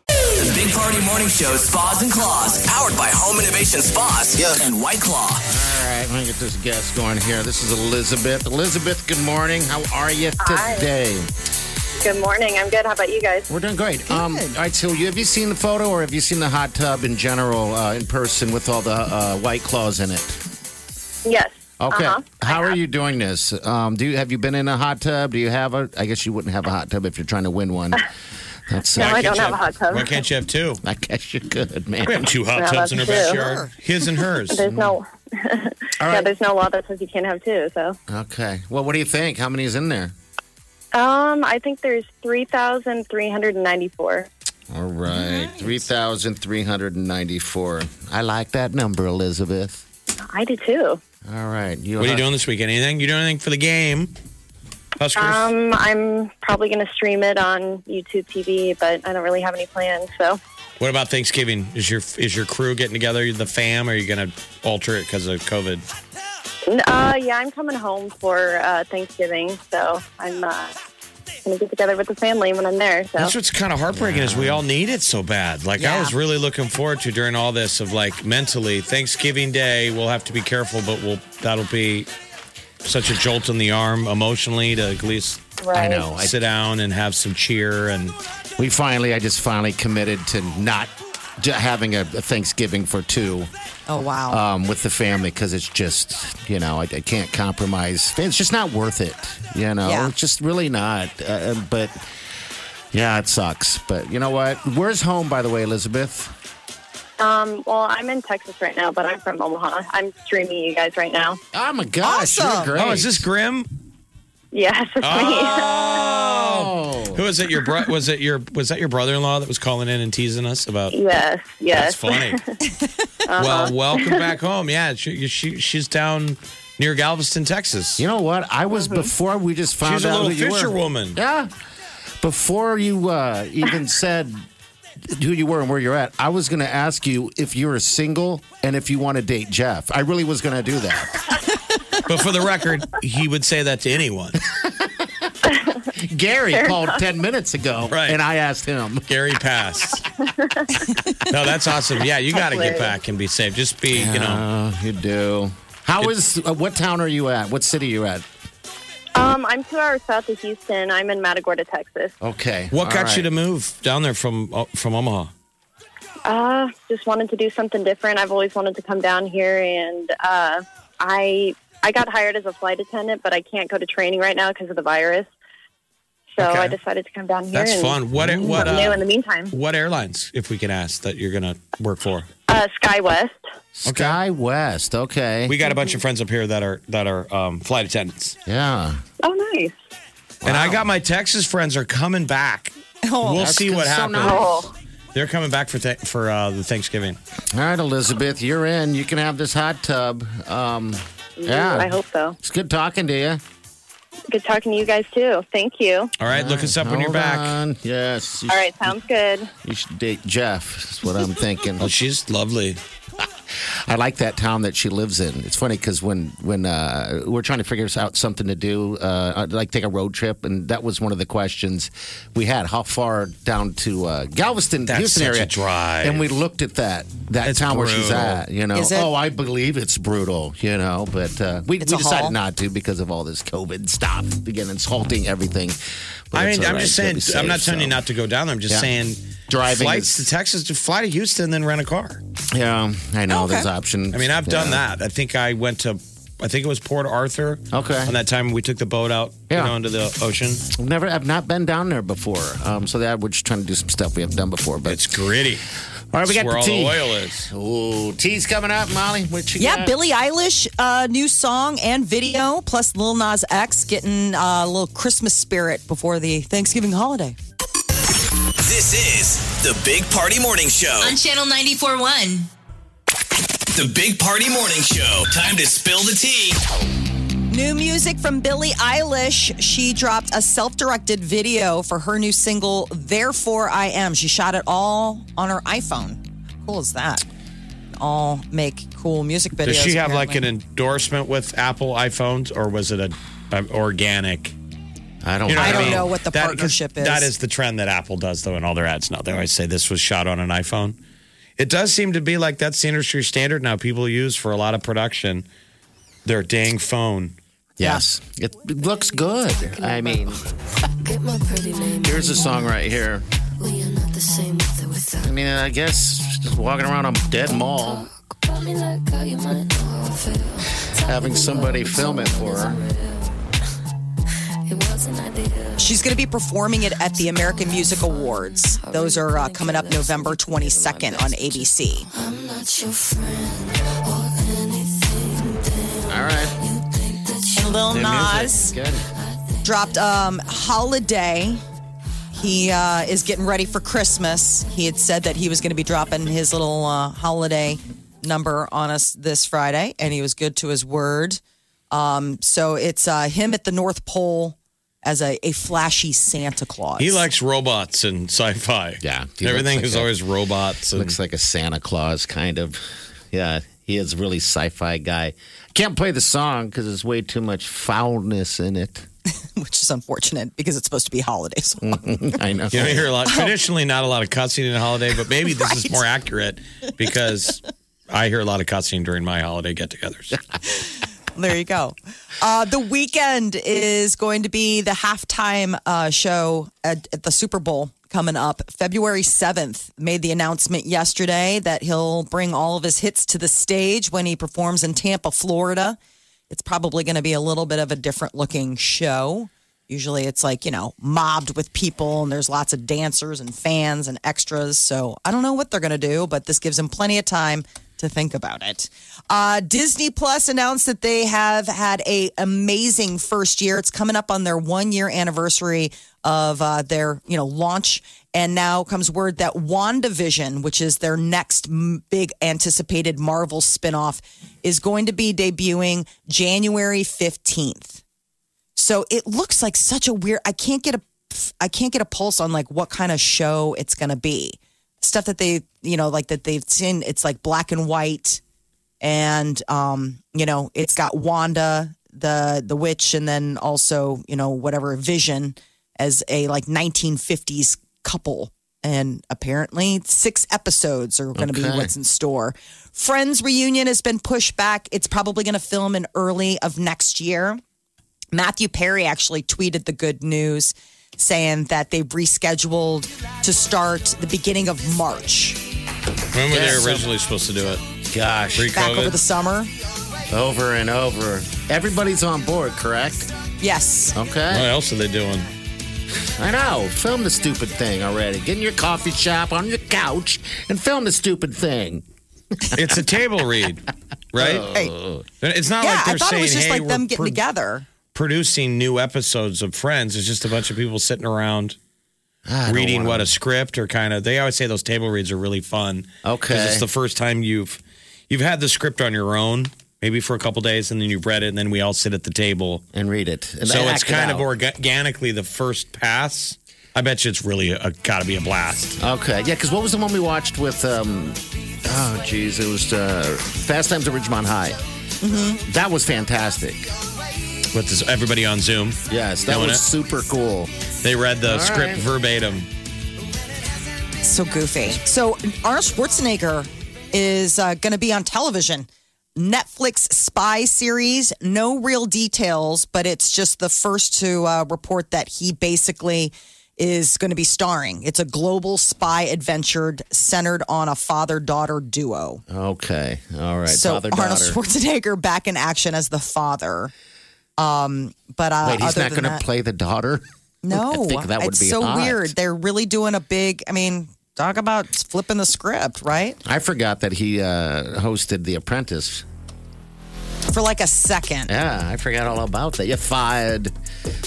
Speaker 7: The Big Party Morning Show, Spas and Claws, powered by Home Innovation Spas and White Claw.
Speaker 1: All right, I'm gonna get this guest going here. This is Elizabeth. Elizabeth, good morning. How are you
Speaker 12: Hi.
Speaker 1: today?
Speaker 12: Good morning. I'm good. How about you guys?
Speaker 1: We're doing great. Um, all right, so you, have you seen the photo, or have you seen the hot tub in general uh, in person with all the uh, white claws in it?
Speaker 12: Yes.
Speaker 1: Okay.
Speaker 3: Uh-huh.
Speaker 1: How are you doing this? Um, do you have you been in a hot tub? Do you have a? I guess you wouldn't have a hot tub if you're trying to win
Speaker 3: [laughs]
Speaker 1: one. That's uh,
Speaker 3: No, Why I don't can't you have a have- hot tub. why
Speaker 2: can't you have two?
Speaker 1: I guess you could,
Speaker 3: [laughs]
Speaker 1: man.
Speaker 2: We have two hot
Speaker 3: Yeah,
Speaker 2: tubs in our
Speaker 3: that's true.
Speaker 2: backyard, his and
Speaker 3: [laughs]
Speaker 2: hers.
Speaker 3: There's
Speaker 1: Mm.
Speaker 3: no. Yeah,
Speaker 1: right.
Speaker 3: there's no law that says you can't have two. So,
Speaker 1: Okay. Well, what do you think? How many is in there?
Speaker 3: um, I think there's three thousand three hundred ninety-four.
Speaker 1: All right, three thousand three hundred and ninety-four. I like that number, Elizabeth.
Speaker 3: I do too.
Speaker 1: All right. You
Speaker 2: What are you doing this weekend? Anything? You doing anything for the game? Huskers.
Speaker 3: Um, I'm probably going to stream it on YouTube TV, but I don't really have any plans. So,
Speaker 2: what about Thanksgiving? Is your is your crew getting together? The fam? Or are you going to alter it because of COVID?
Speaker 3: N- uh, yeah, I'm coming home for uh, Thanksgiving, so I'm uh, going to get together with the family when I'm there. So,
Speaker 2: That's what's kind of heartbreaking is we all need it so bad. Like I
Speaker 3: Yeah.
Speaker 2: was really looking forward to during all this of like mentally Thanksgiving Day. We'll have to be careful, but we'll that'll be such a jolt in the arm emotionally to at least
Speaker 1: I know. I-
Speaker 2: sit down and have some cheer and
Speaker 1: We finally, I just finally committed to not j- having a, a Thanksgiving for two.
Speaker 4: Oh wow!
Speaker 1: Um, with the family because it's just you know I, I can't compromise. It's just not worth it. You know,
Speaker 4: Yeah.
Speaker 1: it's just really not. Uh, but yeah, it sucks. But you know what? Where's home, by the way, Elizabeth?
Speaker 3: um, well, I'm in Texas right now, but I'm from Omaha. I'm streaming you guys right now. [laughs]
Speaker 1: Oh my gosh, you're Awesome. great.
Speaker 2: Oh, is this Grim?
Speaker 3: Yes, it's
Speaker 2: Ah. Oh, who is it? Your bro- was it your was that your brother in law that was calling in and teasing us about?
Speaker 3: me. [laughs] Yes,
Speaker 2: That's
Speaker 3: yes.
Speaker 2: funny. Well, welcome back home. Yeah, she, she she's down near Galveston, Texas.
Speaker 1: You know what? I
Speaker 4: Mm-hmm.
Speaker 1: was before we just found
Speaker 2: She's a
Speaker 1: out
Speaker 2: little
Speaker 1: who you were.
Speaker 2: fisherwoman.
Speaker 1: Yeah. Before you uh, even said who you were and where you're at, I was going to ask you if you're single and if you want to date Jeff. I really was going to do that.
Speaker 2: But for the record, he would say that to anyone.
Speaker 1: Gary
Speaker 2: Fair
Speaker 1: called
Speaker 2: enough.
Speaker 1: 10 minutes ago
Speaker 2: Right.
Speaker 1: and I asked him. [laughs]
Speaker 2: Gary passed. No, that's awesome. Yeah, you got to get
Speaker 1: Hilarious.
Speaker 2: back and be safe. Just be, you know.
Speaker 1: Uh, you do. How
Speaker 2: It-
Speaker 1: is uh, what town are you at? What city are you at?
Speaker 3: Um, I'm two hours south of Houston. I'm in Matagorda, Texas.
Speaker 1: Okay.
Speaker 2: What
Speaker 1: All
Speaker 2: got you
Speaker 1: right.
Speaker 2: to move down there from uh, from Omaha?
Speaker 3: Uh, just wanted to do something different. I've always wanted to come down here, and uh, I I got hired as a flight attendant, but I can't go to training right now because of the virus. So
Speaker 2: Okay.
Speaker 3: I decided to come down here.
Speaker 2: That's
Speaker 3: and
Speaker 2: fun. What
Speaker 3: do
Speaker 2: what
Speaker 3: something new
Speaker 2: uh,
Speaker 3: in the meantime?
Speaker 2: what airlines, if we can ask, that you're going to work for?
Speaker 3: Uh, SkyWest.
Speaker 1: Sky West. Okay.
Speaker 2: We got a bunch of friends up here that are that are um, flight attendants.
Speaker 1: Yeah.
Speaker 3: Oh, nice.
Speaker 2: And I got my Texas friends are coming back.
Speaker 4: Oh,
Speaker 2: we'll
Speaker 1: that's
Speaker 2: see what
Speaker 1: so
Speaker 2: happens.
Speaker 1: nice. Oh.
Speaker 2: They're coming back for th- for uh, the Thanksgiving.
Speaker 1: All right, Elizabeth, you're in. You can have this hot tub. Um, yeah.
Speaker 3: I hope so.
Speaker 1: It's good talking to you.
Speaker 3: Good talking to you guys too. Thank you.
Speaker 2: All right, look us up when you're
Speaker 1: Hold
Speaker 2: back.
Speaker 1: on. Yes. You,
Speaker 3: All right, sounds good.
Speaker 1: You should date Jeff. That's what I'm
Speaker 2: [laughs]
Speaker 1: thinking.
Speaker 2: Well, she's lovely.
Speaker 1: I like that town that she lives in. It's funny because when when uh, we're trying to figure out something to do, uh, like take a road trip, and that was one of the questions we had: how far down to uh, Galveston,
Speaker 2: That's
Speaker 1: Houston
Speaker 2: such
Speaker 1: area?
Speaker 2: a drive.
Speaker 1: And we looked at that that
Speaker 2: It's
Speaker 1: town where she's
Speaker 2: brutal.
Speaker 1: at. You know,
Speaker 2: Is it?
Speaker 1: oh, I believe it's brutal. You know, but uh, we, we
Speaker 2: It's a
Speaker 1: decided
Speaker 2: haul.
Speaker 1: not to because of all this COVID stuff. Again, it's halting everything. But
Speaker 2: I
Speaker 1: it's
Speaker 2: mean,
Speaker 1: all
Speaker 2: I'm
Speaker 1: right.
Speaker 2: just
Speaker 1: We'll
Speaker 2: saying.
Speaker 1: be
Speaker 2: I'm
Speaker 1: safe,
Speaker 2: not telling
Speaker 1: so.
Speaker 2: you not to go down. there. I'm just
Speaker 1: Yeah.
Speaker 2: saying
Speaker 1: Driving
Speaker 2: flights to Texas to fly to Houston, then rent a car.
Speaker 1: Yeah, I know there's options.
Speaker 2: I mean, I've done
Speaker 1: Yeah.
Speaker 2: that. I think I went to. I think it was Port Arthur.
Speaker 1: Okay.
Speaker 2: On that time we took the boat out,
Speaker 1: Yeah.
Speaker 2: you know, into the ocean.
Speaker 1: I've never, I've not been down there before. Um, so that we're just trying to do some stuff we haven't done before. But it's
Speaker 2: gritty.
Speaker 1: All right, we got
Speaker 2: That's where
Speaker 1: the
Speaker 2: all
Speaker 1: tea.
Speaker 2: the oil is.
Speaker 1: Ooh, tea's coming up, Molly. What you
Speaker 4: yeah,
Speaker 1: got?
Speaker 4: Billie Eilish, uh, new song and video, plus Lil Nas X getting uh, a little Christmas spirit before the Thanksgiving holiday.
Speaker 7: This is the Big Party Morning Show.
Speaker 13: On Channel 94.1.
Speaker 7: The Big Party Morning Show. Time to spill the tea.
Speaker 4: New music from Billie Eilish. She dropped a self directed video for her new single, Therefore I Am. She shot it all on her iPhone. Cool as that. All make cool music videos.
Speaker 2: Does she have like an
Speaker 4: apparently.
Speaker 2: endorsement with Apple iPhones, or was it a, a organic?
Speaker 1: I don't.
Speaker 4: I don't know what the partnership is.
Speaker 2: That is the trend that Apple does, though, in all their ads now. They always say this was shot on an iPhone. It does seem to be like that's the industry standard now. People use for a lot of production their dang phone.
Speaker 1: Yes, it looks good. I mean,
Speaker 14: Get my pretty name.
Speaker 1: here's a song right here.
Speaker 14: We are not the same with or without.
Speaker 1: I mean, I guess just walking around a dead mall.
Speaker 14: About me like how you might know how I feel.
Speaker 1: Having somebody film it for her.
Speaker 14: It was an idea.
Speaker 4: She's going to be performing it at the American Music Awards.
Speaker 13: Oh,
Speaker 4: Those are uh, coming up November 22nd on ABC.
Speaker 14: I'm not your friend or anything.
Speaker 1: All right.
Speaker 4: And Lil
Speaker 14: New
Speaker 4: Nas
Speaker 14: music.
Speaker 4: dropped um, Holiday. He uh, is getting ready for Christmas. He had said that he was going to be dropping his little uh, holiday number on us this Friday, and he was good to his word. Um, so it's uh, him at the North Pole as a, a flashy Santa Claus.
Speaker 2: He likes robots and sci-fi. Yeah,
Speaker 1: he
Speaker 2: everything
Speaker 1: looks
Speaker 2: is
Speaker 1: like a-
Speaker 2: always robots. And
Speaker 1: Looks like a Santa Claus kind of. Yeah, he is really sci-fi guy. Can't play the song because there's way too much foulness in it.
Speaker 4: [laughs]
Speaker 1: [laughs]
Speaker 4: which is unfortunate because it's supposed to be holiday song.
Speaker 1: I know.
Speaker 2: you don't hear a
Speaker 4: [laughs] Oh.
Speaker 2: lot. Traditionally, not a lot of cussing in a holiday, but maybe this is more accurate because I hear a lot of cussing during my
Speaker 1: [laughs]
Speaker 2: holiday get-togethers.
Speaker 4: There you go. Uh, the weekend is going to be the halftime uh, show at, at the Super Bowl coming up February 7th. Made the announcement yesterday that he'll bring all of his hits to the stage when he performs in Tampa, Florida. It's probably going to be a little bit of a different looking show. Usually it's like, you know, mobbed with people and there's lots of dancers and fans and extras. So I don't know what they're going to do, but this gives them plenty of time to think about it. Uh, Disney Plus announced that they have had a amazing first year. It's coming up on their one year anniversary of uh, their you know launch, and now comes word that WandaVision, which is their next m- big anticipated Marvel spinoff, is going to be debuting January fifteenth. So it looks like such a weird. I can't get a I can't get a pulse on like what kind of show it's going to be. Stuff that they you know like that they've seen. It's like black and white, and um you know it's got Wanda the the witch, and then also you know whatever Vision as a like 1950s couple. And apparently, six episodes are going to be
Speaker 14: Okay.
Speaker 4: what's in store. Friends reunion has been pushed back. It's probably going to film in early of next year. Matthew Perry actually tweeted the good news saying that they've rescheduled to start the beginning of March.
Speaker 2: When were
Speaker 1: Yeah,
Speaker 2: they
Speaker 1: so-
Speaker 2: originally supposed to do it?
Speaker 1: Gosh,
Speaker 4: Back over the summer.
Speaker 1: over and over. Everybody's on board, correct?
Speaker 4: Yes.
Speaker 1: Okay.
Speaker 2: What else are they doing?
Speaker 1: I know. Film the stupid thing already. Get in your coffee shop on your couch and film the stupid thing.
Speaker 2: It's a table
Speaker 4: [laughs]
Speaker 2: read, right? It's not
Speaker 4: yeah,
Speaker 2: like they're
Speaker 4: I thought
Speaker 2: saying,
Speaker 4: it was just
Speaker 2: "Hey,
Speaker 4: like
Speaker 2: we're
Speaker 4: them getting
Speaker 2: pro-
Speaker 4: together.
Speaker 2: producing new episodes of Friends. It's just a bunch of people sitting around
Speaker 1: don't
Speaker 2: reading
Speaker 1: wanna-
Speaker 2: what a script or kind of. They always say those table reads are really fun.
Speaker 1: Okay.
Speaker 2: because it's the first time you've you've had the script on your own, maybe for a couple days, and then you've read it, and then we all sit at the table.
Speaker 1: And read it. And
Speaker 2: so it's
Speaker 1: act it
Speaker 2: kind of
Speaker 1: out.
Speaker 2: organically the first pass. I bet you it's really got to be a blast.
Speaker 1: Okay, yeah, because what was the one we watched with? Um, oh, geez, it was uh, Fast Times at Ridgemont High.
Speaker 4: Mm-hmm.
Speaker 1: That was fantastic.
Speaker 2: With this, everybody on Zoom,
Speaker 1: yes, that
Speaker 2: Doing
Speaker 1: was
Speaker 2: it.
Speaker 1: super cool.
Speaker 2: They read the
Speaker 1: All
Speaker 2: script
Speaker 1: right.
Speaker 2: verbatim.
Speaker 4: So goofy. So Arnold Schwarzenegger is uh, going to be on television. Netflix spy series, no real details, but it's just the first to uh, report that he basically is going to be starring. It's a global spy adventure centered on a father daughter duo.
Speaker 1: Okay, all right.
Speaker 4: so
Speaker 1: Father
Speaker 4: Arnold
Speaker 1: daughter.
Speaker 4: Schwarzenegger back in action as the father. Um, but uh,
Speaker 1: Wait, he's
Speaker 4: other
Speaker 1: not
Speaker 4: than
Speaker 1: going to
Speaker 4: that-
Speaker 1: play the daughter.
Speaker 4: no,
Speaker 1: [laughs] I think that would
Speaker 4: it's
Speaker 1: be
Speaker 4: so
Speaker 1: hot.
Speaker 4: weird. They're really doing a big. I mean, talk about flipping the script, right?
Speaker 1: I forgot that he uh, hosted The Apprentice.
Speaker 4: For like a second.
Speaker 1: Yeah, I forgot all about that. You fired.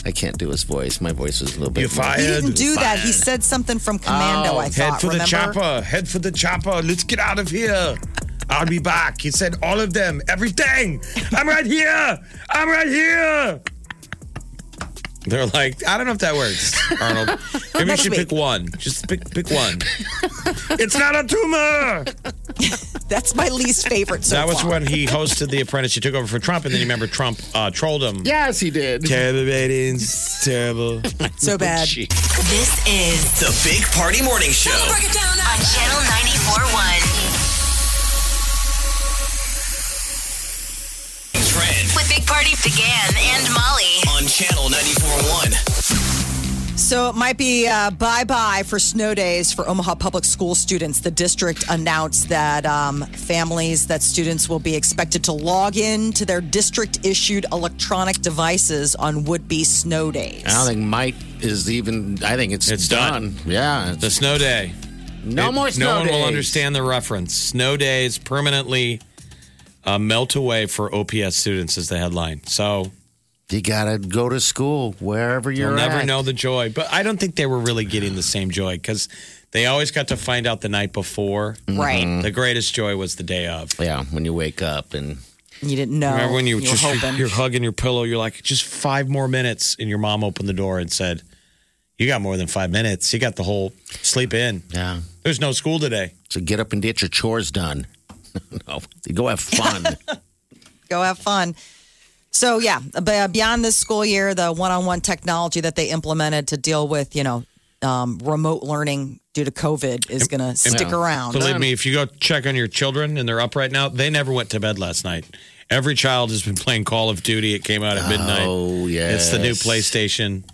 Speaker 1: I can't do his voice. My voice is a little bit.
Speaker 2: You fired.
Speaker 4: He didn't do that. He
Speaker 1: Fired.
Speaker 4: said something from Commando.
Speaker 1: Oh.
Speaker 4: I thought.
Speaker 2: Head for
Speaker 4: remember?
Speaker 2: the chopper. Head for the chopper. Let's get out of here. I'll be back. He said all of them, everything. I'm right here. I'm right here. They're like, I don't know if that works, Arnold. [laughs] Maybe you
Speaker 4: Next
Speaker 2: should
Speaker 4: week.
Speaker 2: pick one. Just pick pick one. [laughs] it's not a tumor.
Speaker 4: That's my least favorite. So
Speaker 2: [laughs] that was
Speaker 4: far.
Speaker 2: when he hosted The Apprentice. He took over for Trump, and then you remember Trump uh, trolled him.
Speaker 1: Yes, he did.
Speaker 2: Terrible ratings. Terrible.
Speaker 4: So bad.
Speaker 13: This is
Speaker 7: The Big Party Morning Show.
Speaker 13: Break it down on Channel 94.1
Speaker 7: Trend
Speaker 13: with Big Party began and Molly.
Speaker 7: on Channel 94.1.
Speaker 4: So it might be uh, bye bye for snow days for Omaha public school students. The district announced that um, families that students will be expected to log in to their district issued electronic devices on would be snow days.
Speaker 1: I don't think might is even. I think it's
Speaker 2: It's done.
Speaker 1: Yeah,
Speaker 2: the snow day.
Speaker 1: No more
Speaker 2: No
Speaker 1: snow
Speaker 2: one will
Speaker 1: days.
Speaker 2: understand the reference. Snow days permanently uh, melt away for OPS students is the headline. So
Speaker 1: you gotta go to school wherever
Speaker 2: You'll
Speaker 1: you're
Speaker 2: never
Speaker 1: at.
Speaker 2: know the joy, but I don't think they were really getting the same joy because they always got to find out the night before.
Speaker 1: Mm. Mm-hmm.
Speaker 4: Right.
Speaker 2: The greatest joy was the day of.
Speaker 1: Yeah, when you wake up and
Speaker 4: You didn't know.
Speaker 2: remember when you,
Speaker 4: you
Speaker 2: just
Speaker 4: were hoping.
Speaker 2: you're hugging your pillow, you're like just five more minutes, and your mom opened the door and said, "You got more than five minutes. You got the whole sleep in.
Speaker 1: Yeah,
Speaker 2: there's no school today,
Speaker 1: so get up and get your chores done. [laughs] no, go have
Speaker 2: [laughs]
Speaker 1: fun.
Speaker 4: go have fun. So yeah, but beyond this school year, the one-on-one technology that they implemented to deal with, you know, um, remote learning due to COVID is going to stick around.
Speaker 2: Believe me, if you go check on your children and they're up right now, they never went to bed last night. Every child has been playing Call of Duty. It came out at midnight.
Speaker 1: Oh,
Speaker 2: It's the new
Speaker 1: yes.
Speaker 2: PlayStation.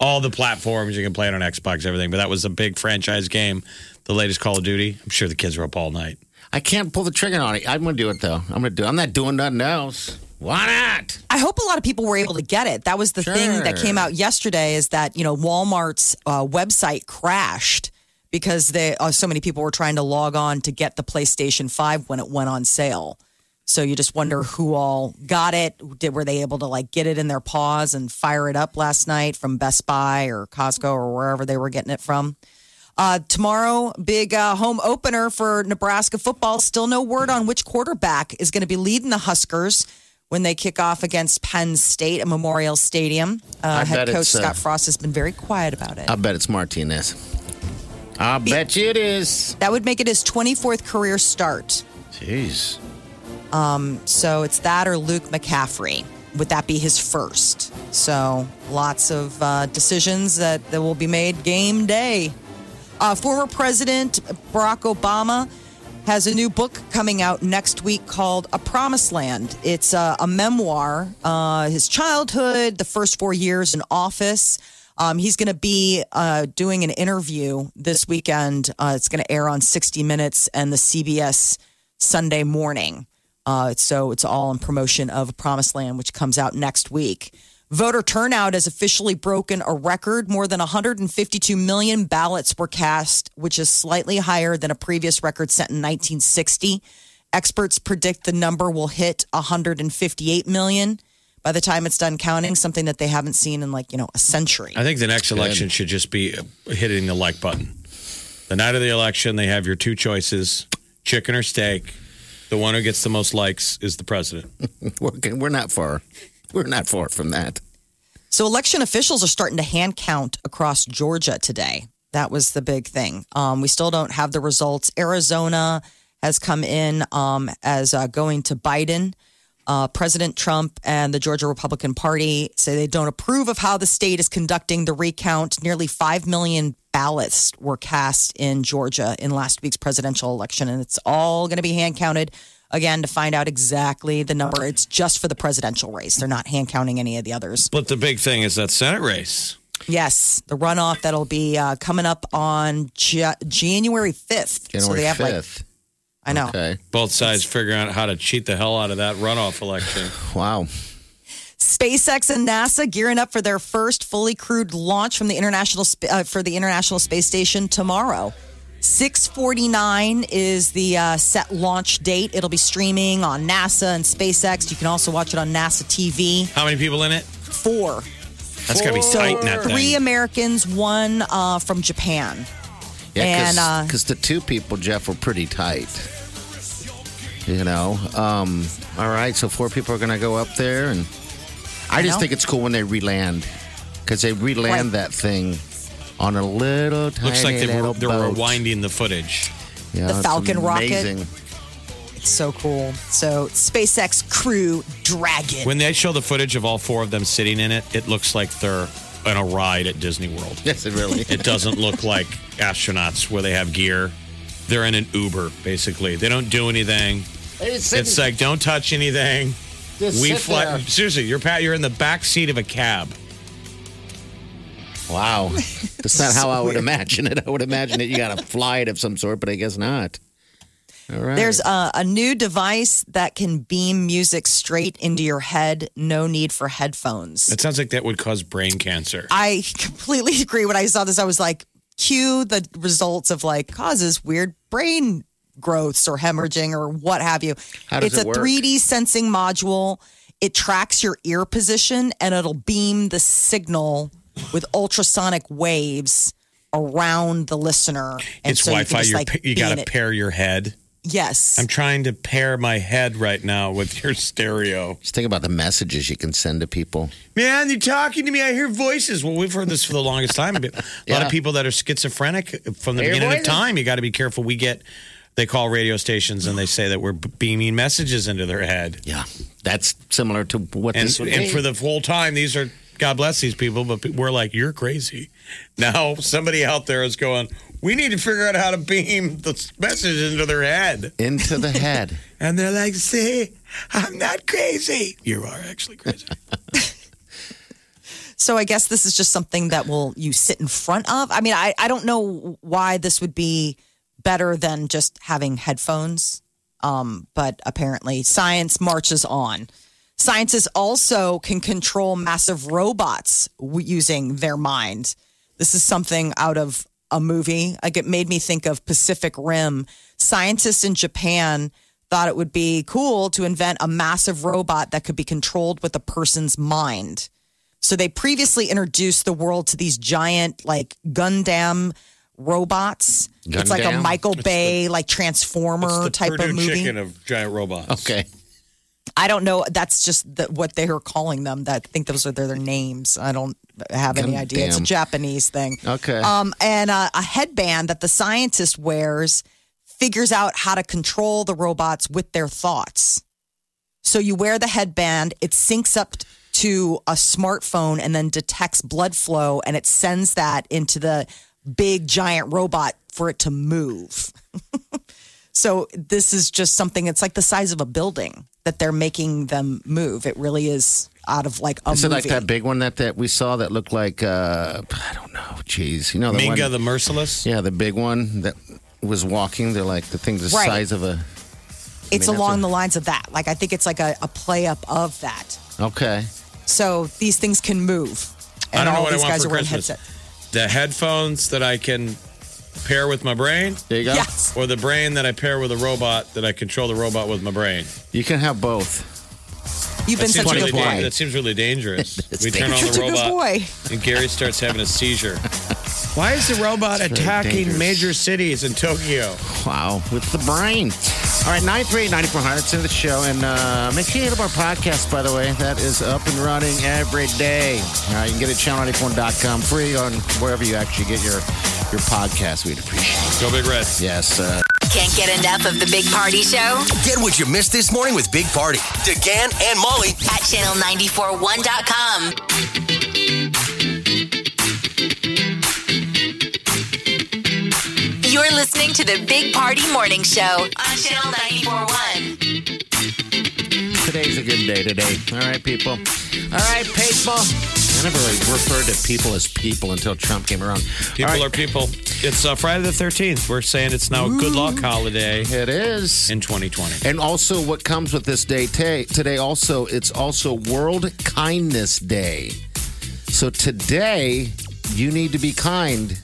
Speaker 2: All the platforms you can play it on Xbox, everything. But that was a big franchise game, the latest Call of Duty. I'm sure the kids were up all night.
Speaker 1: I can't pull the trigger on it. I'm gonna do it though. I'm gonna do. I'm not doing nothing else. Why not?
Speaker 4: I hope a lot of people were able to get it. That was the thing that came out yesterday is that, you know, Walmart's uh, website crashed because they uh, so many people were trying to log on to get the PlayStation 5 when it went on sale. So you just wonder who all got it. Did, were they able to like get it in their paws and fire it up last night from Best Buy or Costco or wherever they were getting it from? Uh, tomorrow, big uh, home opener for Nebraska football. Still no word on which quarterback is going to be leading the Huskers when they kick off against Penn State at Memorial Stadium. Uh,
Speaker 1: I bet
Speaker 4: head coach
Speaker 1: it's, uh,
Speaker 4: Scott Frost has been very quiet about it.
Speaker 1: I bet it's Martinez. I bet you it is. [laughs]
Speaker 4: That would make it his 24th career start.
Speaker 1: Jeez.
Speaker 4: Um, so it's that or Luke McCaffrey. Would that be his first? So lots of uh, decisions that, that will be made game day. Uh, former President Barack Obama has a new book coming out next week called A Promised Land. It's uh, a memoir, uh, his childhood, the first four years in office. Um, he's going to be uh, doing an interview this weekend. Uh, it's going to air on 60 Minutes and the CBS Sunday morning. Uh, so it's all in promotion of Promised Land, which comes out next week. Voter turnout has officially broken a record. More than 152 million ballots were cast, which is slightly higher than a previous record set in 1960. Experts predict the number will hit 158 million by the time it's done counting, something that they haven't seen in like, you know, a century.
Speaker 2: I think the next election should just be hitting the like button. The night of the election, they have your two choices chicken or steak. The one who gets the most likes is the president.
Speaker 1: we're, we're not far. We're not far from that.
Speaker 4: So election officials are starting to hand count across Georgia today. That was the big thing. Um, we still don't have the results. Arizona has come in um, as uh, going to Biden. Uh, President Trump and the Georgia Republican Party say they don't approve of how the state is conducting the recount. Nearly 5 million ballots were cast in Georgia in last week's presidential election, and it's all going to be hand counted again to find out exactly the number. It's just for the presidential race, they're not hand counting any of the others.
Speaker 2: But the big thing is that Senate race.
Speaker 4: Yes, the runoff that'll be uh, coming up on Ja- January 5th. so they have like I know.
Speaker 1: Okay.
Speaker 2: Both sides figuring out how to cheat the hell out of that runoff election.
Speaker 1: Wow.
Speaker 4: SpaceX and NASA gearing up for their first fully crewed launch from the international Sp- uh, for the International Space Station tomorrow. 6:49 is the uh, set launch date. It'll be streaming on NASA and SpaceX. You can also watch it on NASA TV.
Speaker 2: How many people in it?
Speaker 4: Four.
Speaker 2: That's gotta be
Speaker 4: So
Speaker 2: tight in that thing.
Speaker 4: three Americans, one uh, from Japan.
Speaker 1: Yeah,
Speaker 4: and uh,
Speaker 1: because the two people, Jeff, were pretty tight. You know? Um, all right, so four people are going to go up there. And I
Speaker 4: I
Speaker 1: just
Speaker 4: know.
Speaker 1: think it's cool when they re-land. Because they re-land that thing on a little tiny
Speaker 2: Looks like they were,
Speaker 1: little
Speaker 2: they were
Speaker 1: boat.
Speaker 2: rewinding the footage.
Speaker 1: Yeah,
Speaker 4: The
Speaker 1: it's
Speaker 4: Falcon rocket.
Speaker 1: amazing. [laughs]
Speaker 4: It's so cool. So SpaceX Crew Dragon.
Speaker 2: When they show the footage of all four of them sitting in it, it looks like they're on a ride at Disney World.
Speaker 1: Yes, it really.
Speaker 2: It doesn't look like astronauts where they have gear. They're in an Uber, basically. They don't do anything.
Speaker 1: They just sit and-
Speaker 2: It's like don't touch anything.
Speaker 1: Just
Speaker 2: we
Speaker 1: sit
Speaker 2: fly.
Speaker 1: there.
Speaker 2: Seriously, you're Pat. You're in the back seat of a cab.
Speaker 4: [laughs]
Speaker 1: Wow. That's not how I would imagine it. I would imagine that you got a flight of some sort, but I guess not. All right.
Speaker 4: There's a, a new device that can beam music straight into your head. No need for headphones.
Speaker 2: It sounds like that would cause brain cancer.
Speaker 4: I [laughs] completely agree. When I saw this, I was like, cue the results of like causes weird brain growths or hemorrhaging or what have you.
Speaker 1: How does
Speaker 4: it's
Speaker 1: it
Speaker 4: a
Speaker 1: work?
Speaker 4: 3D sensing module. It tracks your ear position and it'll beam the signal with ultrasonic waves around the listener. And
Speaker 2: it's
Speaker 4: so you can
Speaker 2: Wi-Fi.
Speaker 4: just,
Speaker 2: You are
Speaker 4: like,
Speaker 2: you
Speaker 4: beam
Speaker 2: got to
Speaker 4: it.
Speaker 2: pair your head.
Speaker 4: Yes.
Speaker 2: I'm trying to pair my head right now with your stereo.
Speaker 1: Just think about the messages you can send to people.
Speaker 2: Man, you're talking to me. I hear voices. Well, we've heard this for the longest time. A lot
Speaker 1: Yeah.
Speaker 2: of people that are schizophrenic uh, from the
Speaker 1: Hear
Speaker 2: beginning
Speaker 1: voices.
Speaker 2: of time. You got to be careful. We get, they call radio stations and they say that we're beaming messages into their head.
Speaker 1: Yeah, that's similar to what
Speaker 2: and,
Speaker 1: this would
Speaker 2: and
Speaker 1: be.
Speaker 2: for the whole time, these are God bless these people, but we're like, you're crazy. Now somebody out there is going, we need to figure out how to beam the message into their head,
Speaker 1: into the
Speaker 2: [laughs]
Speaker 1: head,
Speaker 2: and they're like, see, I'm not crazy. You are actually crazy.
Speaker 4: So I guess this is just something that will you sit in front of. I mean, I, I don't know why this would be better than just having headphones. Um, but apparently science marches on. Scientists also can control massive robots w- using their mind. This is something out of a movie. Like it made me think of Pacific Rim. Scientists in Japan thought it would be cool to invent a massive robot that could be controlled with a person's mind. So they previously introduced the world to these giant like Gundam robots. It's like a
Speaker 2: Gundam?
Speaker 4: Michael
Speaker 2: It's
Speaker 4: Bay like transformer type
Speaker 2: Purdue
Speaker 4: of movie.
Speaker 2: chicken of giant robots.
Speaker 1: Okay.
Speaker 4: I don't know. That's just the, what they are calling them. That I think those are their, their names. I don't have any
Speaker 1: Gundam.
Speaker 4: idea. It's a Japanese thing.
Speaker 1: Okay.
Speaker 4: Um, and uh, a headband that the scientist wears figures out how to control the robots with their thoughts. So you wear the headband, it syncs up t- to a smartphone and then detects blood flow and it sends that into the big giant robot for it to move. [laughs] so this is just something it's like the size of a building that they're making them move. It really is out of like a
Speaker 1: Is it
Speaker 4: movie.
Speaker 1: like that big one that, that we saw that looked like uh, I don't know, jeez, you know the
Speaker 2: Minga
Speaker 1: one,
Speaker 2: the Merciless.
Speaker 1: yeah, the big one that was walking. They're like the thing's the
Speaker 4: Right.
Speaker 1: size of a.
Speaker 4: it's
Speaker 1: I mean,
Speaker 4: along the lines of that. Like I think it's like a, a play up of that.
Speaker 1: Okay.
Speaker 4: So these things can move.
Speaker 2: I
Speaker 4: And
Speaker 2: don't know
Speaker 4: all
Speaker 2: what I
Speaker 4: these
Speaker 2: want
Speaker 4: guys
Speaker 2: for
Speaker 4: are wearing
Speaker 2: Christmas.
Speaker 4: headsets.
Speaker 2: The headphones that I can pair with my brain.
Speaker 1: There you go.
Speaker 4: Yes.
Speaker 2: Or the brain that I pair with a robot that I control the robot with my brain.
Speaker 1: You can have both.
Speaker 4: You've been
Speaker 2: that,
Speaker 4: such
Speaker 2: seems
Speaker 4: a
Speaker 2: really
Speaker 4: good
Speaker 2: dan-
Speaker 4: boy.
Speaker 2: that seems
Speaker 1: [laughs]
Speaker 2: really dangerous.
Speaker 1: It's
Speaker 2: we turn on
Speaker 4: dangerous.
Speaker 2: the
Speaker 4: You're such a good
Speaker 2: robot
Speaker 4: boy.
Speaker 2: and Gary starts having
Speaker 1: [laughs]
Speaker 2: a seizure. Why is the robot
Speaker 1: It's really
Speaker 2: attacking
Speaker 1: dangerous.
Speaker 2: major cities in Tokyo?
Speaker 1: Wow, with the brain. All right, 938-9400, it's in the show. And uh, make sure you hit up our podcast, by the way. That is up and running every day. All right, you can get it at channel94.com, free on wherever you actually get your, your podcast. We'd appreciate it.
Speaker 2: Go Big Red.
Speaker 1: Yes, uh,
Speaker 13: Can't get enough of the Big Party Show
Speaker 7: Get what you missed this morning with Big Party. DeGan and Molly.
Speaker 13: at channel941.com. You're listening to the Big Party Morning Show on channel 941.
Speaker 1: today's a good day today. All right, people. All right, people. I never really referred to people as people until Trump came around.
Speaker 2: People are people. It's uh, Friday the 13th. We're saying it's now a good luck holiday
Speaker 1: It is.
Speaker 2: in 2020.
Speaker 1: And also, what comes with this day ta- today? Also, it's also World Kindness Day. So today, you need to be kind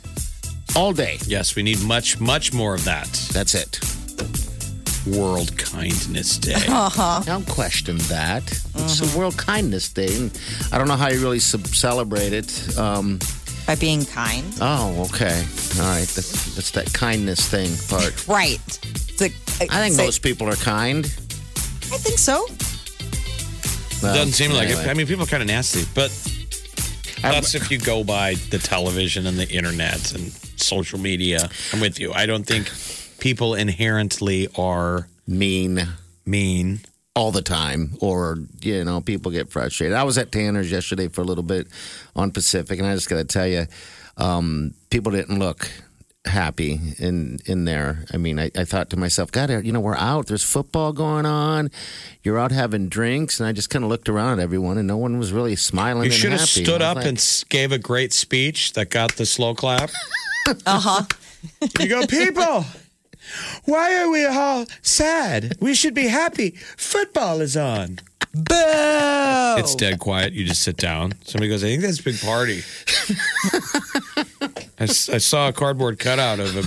Speaker 1: all day.
Speaker 2: Yes, we need much, much more of that.
Speaker 1: That's it.
Speaker 2: World Kindness Day.
Speaker 1: Don't question that. It's a World Kindness Day, and I don't know how you really sub- celebrate it. Um,
Speaker 4: By being kind.
Speaker 1: oh, okay, all right. That's, that's that kindness thing part.
Speaker 4: Right.
Speaker 1: I think most people are kind.
Speaker 4: I think so.
Speaker 1: Well,
Speaker 2: Doesn't seem like it.
Speaker 1: anyway.
Speaker 2: I mean, people are kind of nasty, but
Speaker 1: I-
Speaker 2: that's if you go by the television and the internet and social media. I'm with you. I don't think people inherently are
Speaker 1: mean
Speaker 2: mean.
Speaker 1: all the time or you know people get frustrated i was at tanner's yesterday for a little bit on pacific and i just gotta tell you um, people didn't look happy in in there. I mean, I, I thought to myself, God, you know, we're out. There's football going on. You're out having drinks, and I just kind of looked around at everyone, and no one was really smiling.
Speaker 2: You
Speaker 1: and
Speaker 2: should have
Speaker 1: happy.
Speaker 2: stood
Speaker 1: I
Speaker 2: up
Speaker 1: was
Speaker 2: and s- gave a great speech that got the slow clap.
Speaker 4: Uh huh.
Speaker 2: [laughs] You go, people. Why are we all sad? We should be happy. Football is on.
Speaker 4: Boo!
Speaker 2: It's dead quiet. You just sit down. Somebody goes, I think that's a big party.
Speaker 1: [laughs]
Speaker 2: I, s- I saw a cardboard cutout of him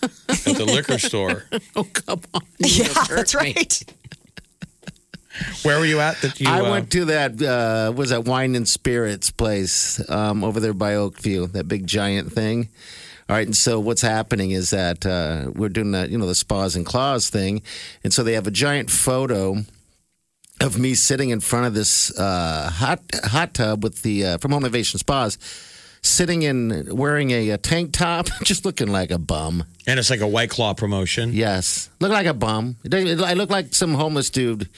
Speaker 2: at the liquor store.
Speaker 1: Oh come on!
Speaker 4: Yeah, that's right.
Speaker 2: Where were you at? That you,
Speaker 1: I
Speaker 2: uh,
Speaker 1: went to that uh, what was that wine and spirits place um, over there by Oakview, that big giant thing. All right, and so what's happening is that uh, we're doing that, you know, the spas and claws thing, and so they have a giant photo of me sitting in front of this uh, hot hot tub with the uh, from Home Innovation Spas, sitting in wearing a, a tank top, [laughs] just looking like a bum.
Speaker 2: And it's like a White Claw promotion.
Speaker 1: Yes, look like a bum. It- it- I look like some homeless dude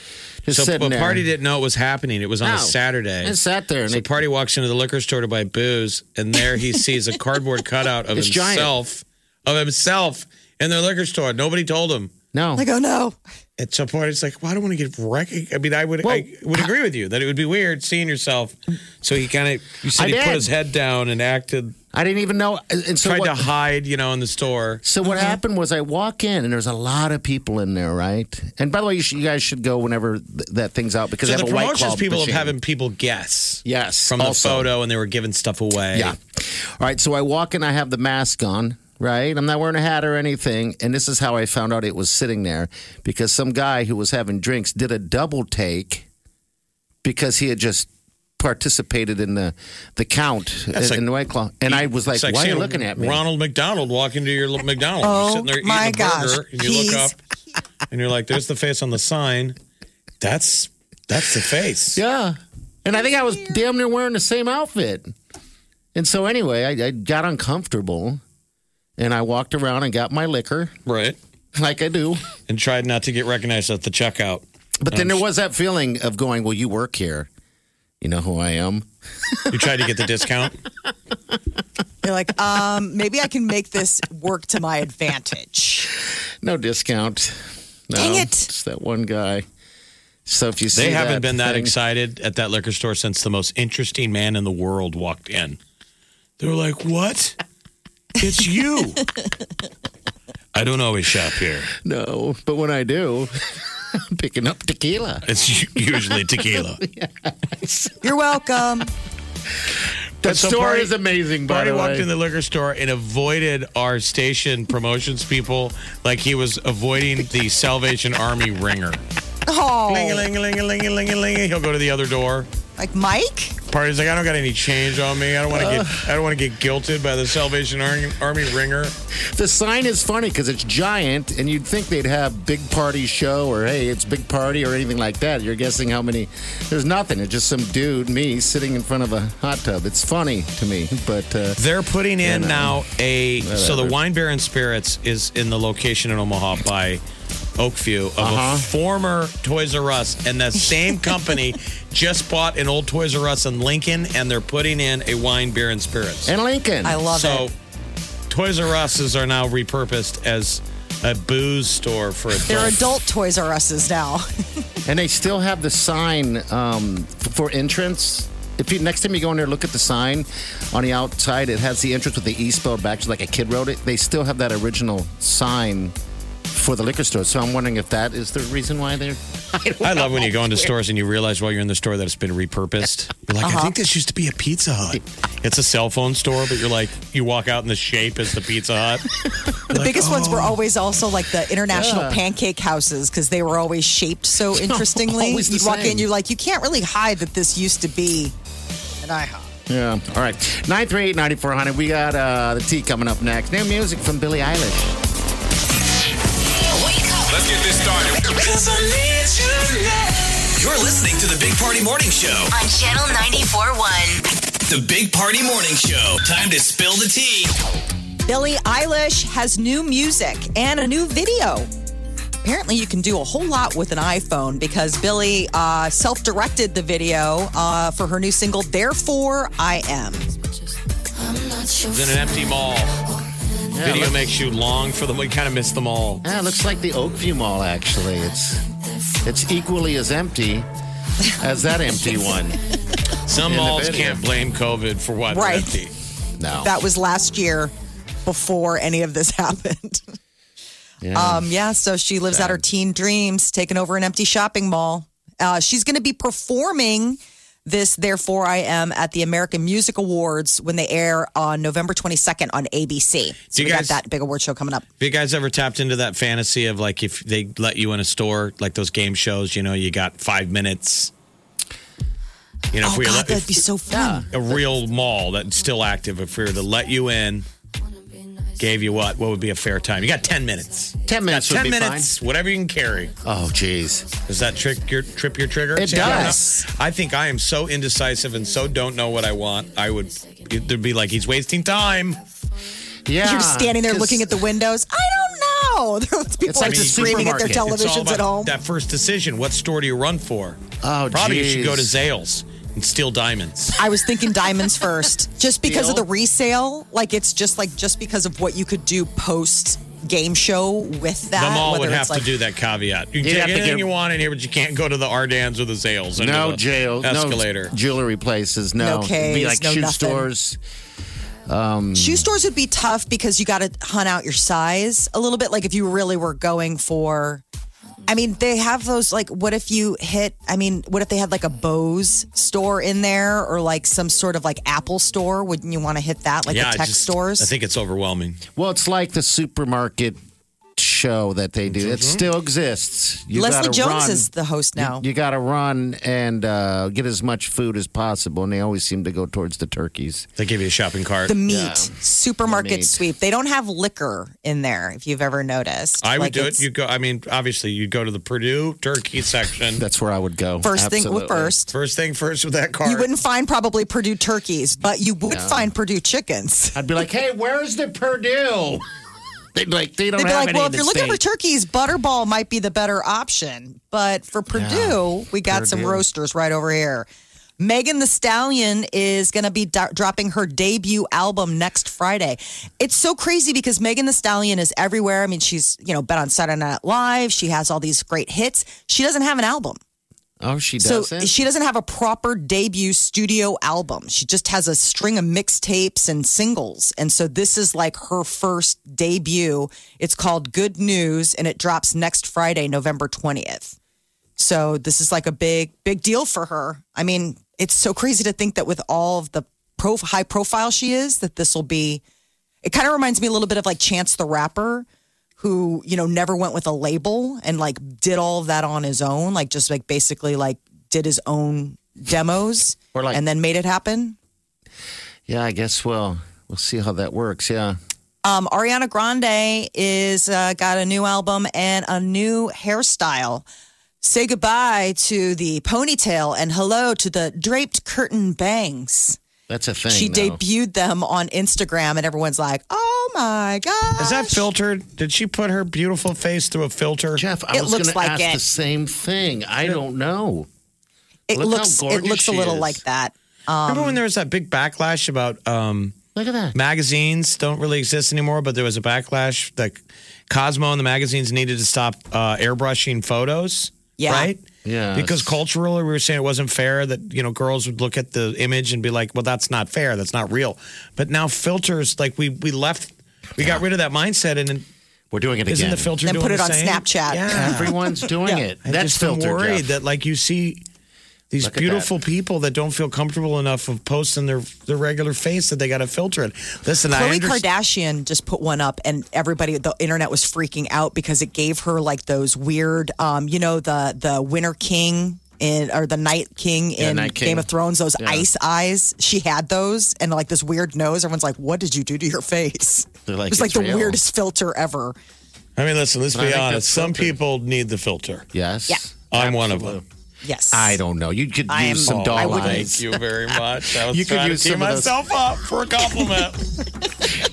Speaker 1: just
Speaker 2: so
Speaker 1: sitting
Speaker 2: but
Speaker 1: there.
Speaker 2: party didn't know it was happening. It was on a
Speaker 1: No.
Speaker 2: Saturday.
Speaker 1: It sat there and
Speaker 2: so
Speaker 1: it-
Speaker 2: party walks into the liquor store to buy booze, and there [laughs] he sees a cardboard cutout of
Speaker 1: It's giant.
Speaker 2: himself, of himself in the liquor store. Nobody told him.
Speaker 1: No,
Speaker 4: Like, oh no.
Speaker 2: At some point, it's like, well, I don't want to get recognized. I mean, I would, I would agree with you that it would be weird seeing yourself. So he kind of, you
Speaker 1: I
Speaker 2: said he put
Speaker 1: did.
Speaker 2: his head down and acted,
Speaker 1: I didn't even know. and- And so
Speaker 2: tried
Speaker 1: what,
Speaker 2: to Mm-hmm. hide, you know, in the store.
Speaker 1: So what happened was I walk in and there's a lot of people in there, right? And by the way, you, should, you guys should go whenever th- that thing's out because
Speaker 2: So
Speaker 1: I
Speaker 2: the
Speaker 1: have a white
Speaker 2: promotions
Speaker 1: claw
Speaker 2: people
Speaker 1: machine.
Speaker 2: of having people guess,
Speaker 1: yes
Speaker 2: from the
Speaker 1: also.
Speaker 2: photo, and they were giving stuff away.
Speaker 1: Yeah. All right. So I walk in, I have the mask on, right? I'm not wearing a hat or anything. And this is how I found out it was sitting there because some guy who was having drinks did a double take because he had just participated in the the count in,
Speaker 2: That's like-
Speaker 1: in the white claw. And I was like,
Speaker 2: It's like
Speaker 1: why are you
Speaker 2: seeing
Speaker 1: looking at me?
Speaker 2: Ronald McDonald walking to your little McDonald's.
Speaker 4: Oh,
Speaker 2: You're sitting there eating
Speaker 4: my
Speaker 2: a burger,
Speaker 4: gosh.
Speaker 2: and you look up
Speaker 4: He's-
Speaker 2: and you're like, there's the face on the sign. That's that's the face.
Speaker 1: Yeah. And I think I was damn near wearing the same outfit. And so anyway, I, I got uncomfortable and I walked around and got my liquor [laughs]
Speaker 2: Right.
Speaker 1: like I do.
Speaker 2: And tried not to get recognized at the checkout.
Speaker 1: But then there was that feeling of going, well, you work here. You know who I am?
Speaker 2: You tried to get the
Speaker 1: [laughs]
Speaker 2: discount.
Speaker 4: You're like, um, maybe I can make this work to my advantage.
Speaker 1: No discount. No,
Speaker 4: Dang it.
Speaker 1: It's that one guy. So if you see
Speaker 2: They haven't
Speaker 1: that
Speaker 2: been that
Speaker 1: thing-
Speaker 2: excited at that liquor store since the most interesting man in the world walked in. They were like, What? It's you.
Speaker 4: [laughs]
Speaker 2: I don't always shop here.
Speaker 1: [laughs] No, but when I do, [laughs] I'm picking up tequila.
Speaker 2: It's u- usually tequila.
Speaker 4: You're welcome.
Speaker 1: That
Speaker 2: so
Speaker 1: story
Speaker 2: Barney-
Speaker 1: is amazing, by
Speaker 2: Barney
Speaker 1: the
Speaker 2: walked
Speaker 1: way.
Speaker 2: in the liquor store and avoided our station promotions people like he was avoiding the Salvation Army ringer. Ling
Speaker 4: Oh,
Speaker 2: ling ling ling ling ling. He'll go to the other door.
Speaker 4: like Mike?
Speaker 2: Party's like, I don't got any change on me. I don't want to get. I don't want to get guilted by the Salvation Army, Army ringer.
Speaker 1: The sign is funny because it's giant, and you'd think they'd have big party show or hey, it's big party or anything like that. You're guessing how many? There's nothing. It's just some dude, me, sitting in front of a hot tub. It's funny to me, [laughs] but uh,
Speaker 2: They're putting in
Speaker 1: You know,
Speaker 2: now a so the
Speaker 1: whatever.
Speaker 2: Wine Baron Spirits is in the location in Omaha by Oakview of
Speaker 1: Uh-huh.
Speaker 2: a former Toys R Us, and the
Speaker 4: [laughs]
Speaker 2: same company just bought an old Toys R Us in Lincoln, and they're putting in a Wine Baron Spirits.
Speaker 1: and Lincoln.
Speaker 4: I love
Speaker 2: so
Speaker 4: it.
Speaker 2: Toys R Us's are now repurposed as a booze store for adults.
Speaker 4: They're adult Toys R Us's now. [laughs]
Speaker 1: and they still have the sign um, f- for entrance. If you next time you go in there, look at the sign on the outside. It has the entrance with the E spelled backwards, like a kid wrote it. They still have that original sign for the liquor store. So I'm wondering if that is the reason why they're.
Speaker 2: I love when you go into stores and you realize while you're in the store that it's been repurposed. You're like, I think this used to be a Pizza Hut. It's a cell phone store, but you're like, you walk out and the shape is the Pizza Hut.
Speaker 4: The biggest ones were always also like the international
Speaker 1: oh. Yeah.
Speaker 4: pancake houses because they were always
Speaker 1: [laughs]
Speaker 4: shaped so interestingly.
Speaker 1: Always the
Speaker 4: You'd walk
Speaker 1: same.
Speaker 4: in, you're like, you can't really hide that this used to be an IHOP.
Speaker 1: Yeah. All right. 938 9400. We got uh, the tea coming up next. New music from Billie Eilish.
Speaker 7: Let's get this started. You're listening to the Big Party Morning Show.
Speaker 13: On Channel 94.1.
Speaker 7: The Big Party Morning Show. Time to spill the tea.
Speaker 4: Billie Eilish has new music and a new video. Apparently, you can do a whole lot with an iPhone because Billie uh, self directed the video uh, for her new single, Therefore I Am.
Speaker 14: I'm not your
Speaker 2: in an empty mall. Video makes you long for them. We kind of miss them all.
Speaker 1: Yeah, it looks like the Oakview Mall. Actually, it's it's equally as empty as that
Speaker 2: [laughs]
Speaker 1: empty one.
Speaker 2: Some
Speaker 1: In the
Speaker 2: malls
Speaker 1: video.
Speaker 2: can't blame COVID for what's
Speaker 4: Right.
Speaker 2: empty.
Speaker 1: No.
Speaker 4: That was last year before any of this [laughs] happened.
Speaker 1: Yeah.
Speaker 4: Um, yeah, so she lives out her teen dreams, taking over an empty shopping mall. Uh, she's going to be performing this, Therefore I Am, at the American Music Awards when they air on November 22nd on ABC. So
Speaker 2: Do you
Speaker 4: we
Speaker 2: guys-
Speaker 4: got that big award show coming up.
Speaker 2: Have you guys ever tapped into that fantasy of like if they let you in a store, like those game shows, you know, you got five minutes. You know,
Speaker 4: Oh,
Speaker 2: if we
Speaker 4: God,
Speaker 2: let,
Speaker 4: that'd be so fun.
Speaker 2: a real mall that's still active, if we were to let you in, gave you what? What would be a fair time? You got 10 minutes.
Speaker 1: 10 minutes
Speaker 2: Got
Speaker 1: would
Speaker 2: 10
Speaker 1: be
Speaker 2: minutes, whatever you can carry.
Speaker 1: Oh, jeez.
Speaker 2: Does that trick your, trip your trigger?
Speaker 1: It
Speaker 2: Yeah.
Speaker 1: does.
Speaker 2: I think I am so indecisive and so don't know what I want. I would, it would be like, he's wasting time.
Speaker 1: Yeah.
Speaker 4: You're just standing there
Speaker 2: because-
Speaker 4: looking at the windows. I don't know. [laughs] There- People are just screaming at their televisions at home.
Speaker 2: That first decision, what store do you run for?
Speaker 1: Oh,
Speaker 2: Probably you
Speaker 1: geez.
Speaker 2: should go to Zales and steal diamonds.
Speaker 4: I was thinking
Speaker 2: [laughs]
Speaker 4: diamonds first, just because of the resale. Like it's just like just because of what you could do post game show with that.
Speaker 2: the mall would
Speaker 4: whether
Speaker 2: have
Speaker 4: it's like,
Speaker 2: to do that caveat. You
Speaker 1: You'd
Speaker 2: can
Speaker 1: have
Speaker 2: take
Speaker 1: to
Speaker 2: anything
Speaker 1: get-
Speaker 2: you want in here, but you can't go to the Ardans or the Zales. under
Speaker 1: no
Speaker 2: the
Speaker 1: jail, no
Speaker 2: Escalator.
Speaker 1: jewelry places, no,
Speaker 4: No
Speaker 1: It'd be
Speaker 4: caves,
Speaker 1: like
Speaker 4: no
Speaker 1: shoe
Speaker 4: nothing.
Speaker 1: stores. Um,
Speaker 4: Shoe stores would be tough because you got to hunt out your size a little bit. Like if you really were going for, I mean, they have those. Like, what if you hit? I mean, what if they had like a Bose store in there or like some sort of like Apple store? Wouldn't you want to hit that? Like
Speaker 2: yeah, I
Speaker 4: the tech
Speaker 2: just-
Speaker 4: stores?
Speaker 2: I think it's overwhelming.
Speaker 1: Well, it's like the supermarket show that they do. It
Speaker 2: Mm-hmm.
Speaker 1: still exists. You
Speaker 4: Leslie
Speaker 1: gotta
Speaker 4: Jones
Speaker 1: run.
Speaker 4: is the host now.
Speaker 1: You, got to run and uh, get as much food as possible, and they always seem to go towards the turkeys.
Speaker 2: They give you a shopping cart.
Speaker 4: the meat
Speaker 1: Yeah.
Speaker 4: supermarket
Speaker 1: The meat.
Speaker 4: sweep. They don't have liquor in there, if you've ever noticed.
Speaker 2: I would
Speaker 4: Like,
Speaker 2: do it.
Speaker 4: it's
Speaker 2: You go. I mean, obviously, you go to the Purdue turkey
Speaker 4: [laughs]
Speaker 2: section.
Speaker 1: That's where I would go.
Speaker 4: First thing- well,
Speaker 1: Absolutely.
Speaker 4: first.
Speaker 2: First thing first with that cart.
Speaker 4: you wouldn't find probably Purdue turkeys, but you would
Speaker 1: No.
Speaker 4: find Purdue chickens.
Speaker 1: I'd be like, "Hey, where's the [laughs] Purdue?" They'd be like, "They don't
Speaker 4: They'd be
Speaker 1: have
Speaker 4: like,
Speaker 1: any
Speaker 4: well,
Speaker 1: in
Speaker 4: if
Speaker 1: the
Speaker 4: you're looking for
Speaker 1: state."
Speaker 4: turkeys, Butterball might be the better option. But for Purdue, we got some
Speaker 1: Purdue.
Speaker 4: roasters right over here. Megan the Stallion is going to be do- dropping her debut album next Friday. It's so crazy because Megan the Stallion is everywhere. I mean, she's, you know, been on Saturday Night Live. She has all these great hits. She doesn't have an album.
Speaker 1: Oh, she
Speaker 4: So
Speaker 1: doesn't.
Speaker 4: she doesn't have a proper debut studio album. She just has a string of mixtapes and singles. And so this is like her first debut. It's called Good News and it drops next Friday, November 20th. So this is like a big, big deal for her. I mean, it's so crazy to think that with all of the prof- high profile she is, that this will be. It kind of reminds me a little bit of like Chance the Rapper, who you know never went with a label and like did all of that on his own, like just like basically like did his own demos
Speaker 1: Or like-
Speaker 4: and then made it happen.
Speaker 1: yeah, I guess we'll we'll see how that works. Yeah.
Speaker 4: Um, Ariana Grande is uh, got a new album and a new hairstyle. Say goodbye to the ponytail and hello to the draped curtain bangs.
Speaker 1: That's a thing.
Speaker 4: she
Speaker 1: though.
Speaker 4: debuted them on Instagram, and everyone's like, "Oh my god!"
Speaker 2: Is that filtered? Did she put her beautiful face through a filter?
Speaker 1: Jeff, I
Speaker 4: It
Speaker 1: was
Speaker 4: looks
Speaker 1: gonna
Speaker 4: like
Speaker 1: ask
Speaker 4: it.
Speaker 1: the same thing. I don't know.
Speaker 4: It
Speaker 1: Look how
Speaker 4: looks. It
Speaker 1: gorgeous
Speaker 4: looks a
Speaker 1: she
Speaker 4: little
Speaker 1: is.
Speaker 4: like that.
Speaker 2: Remember when there was that big backlash about um,
Speaker 1: Look at that.
Speaker 2: magazines don't really exist anymore, but there was a backlash that Cosmo and the magazines needed to stop uh, airbrushing photos,
Speaker 4: Yeah.
Speaker 2: right?
Speaker 1: Yeah.
Speaker 2: Because culturally, we were saying it wasn't fair that you know girls would look at the image and be like, "Well, that's not fair. That's not real." But now filters, like we we left, we got rid of that mindset, and, and
Speaker 1: we're doing it
Speaker 2: isn't
Speaker 1: again.
Speaker 2: the filter
Speaker 4: Then
Speaker 2: doing
Speaker 4: put it
Speaker 2: the
Speaker 4: on
Speaker 2: same?
Speaker 4: Snapchat.
Speaker 2: Yeah.
Speaker 1: Everyone's doing it.
Speaker 2: I
Speaker 1: That's
Speaker 2: just am
Speaker 1: filtered.
Speaker 2: worried
Speaker 1: Jeff.
Speaker 2: that like you see these
Speaker 1: Look at
Speaker 2: beautiful people that don't feel comfortable enough of posting their their regular face that they got to filter it. Listen, I
Speaker 4: Khloe
Speaker 2: understand.
Speaker 4: Kardashian just put one up, and everybody, the internet was freaking out because it gave her like those weird, um, you know, the the Winter King in or the Night King
Speaker 1: Yeah,
Speaker 4: in
Speaker 1: Night King.
Speaker 4: Game of Thrones. Those
Speaker 1: Yeah.
Speaker 4: ice eyes, she had those, and like this weird nose. Everyone's like, "What did you do to your face?"
Speaker 1: [laughs] They're like,
Speaker 4: it was like
Speaker 1: "It's
Speaker 4: the
Speaker 1: real."
Speaker 4: weirdest filter ever.
Speaker 2: I mean, listen, let's
Speaker 1: But I
Speaker 2: be
Speaker 1: think
Speaker 2: honest.
Speaker 1: that's
Speaker 2: Some
Speaker 1: filtered.
Speaker 2: people need the filter.
Speaker 1: Yes.
Speaker 4: Yeah.
Speaker 2: I'm one of
Speaker 1: Absolutely.
Speaker 2: them.
Speaker 4: Yes,
Speaker 1: I don't know. You could
Speaker 4: I am-
Speaker 1: use some
Speaker 4: Oh,
Speaker 1: doll
Speaker 4: I wouldn't-
Speaker 2: Thank
Speaker 1: eyes.
Speaker 2: you very much. I was
Speaker 1: You could
Speaker 2: trying to
Speaker 1: use
Speaker 2: tee
Speaker 1: some of those.
Speaker 2: myself up for a [laughs] compliment.
Speaker 1: [laughs]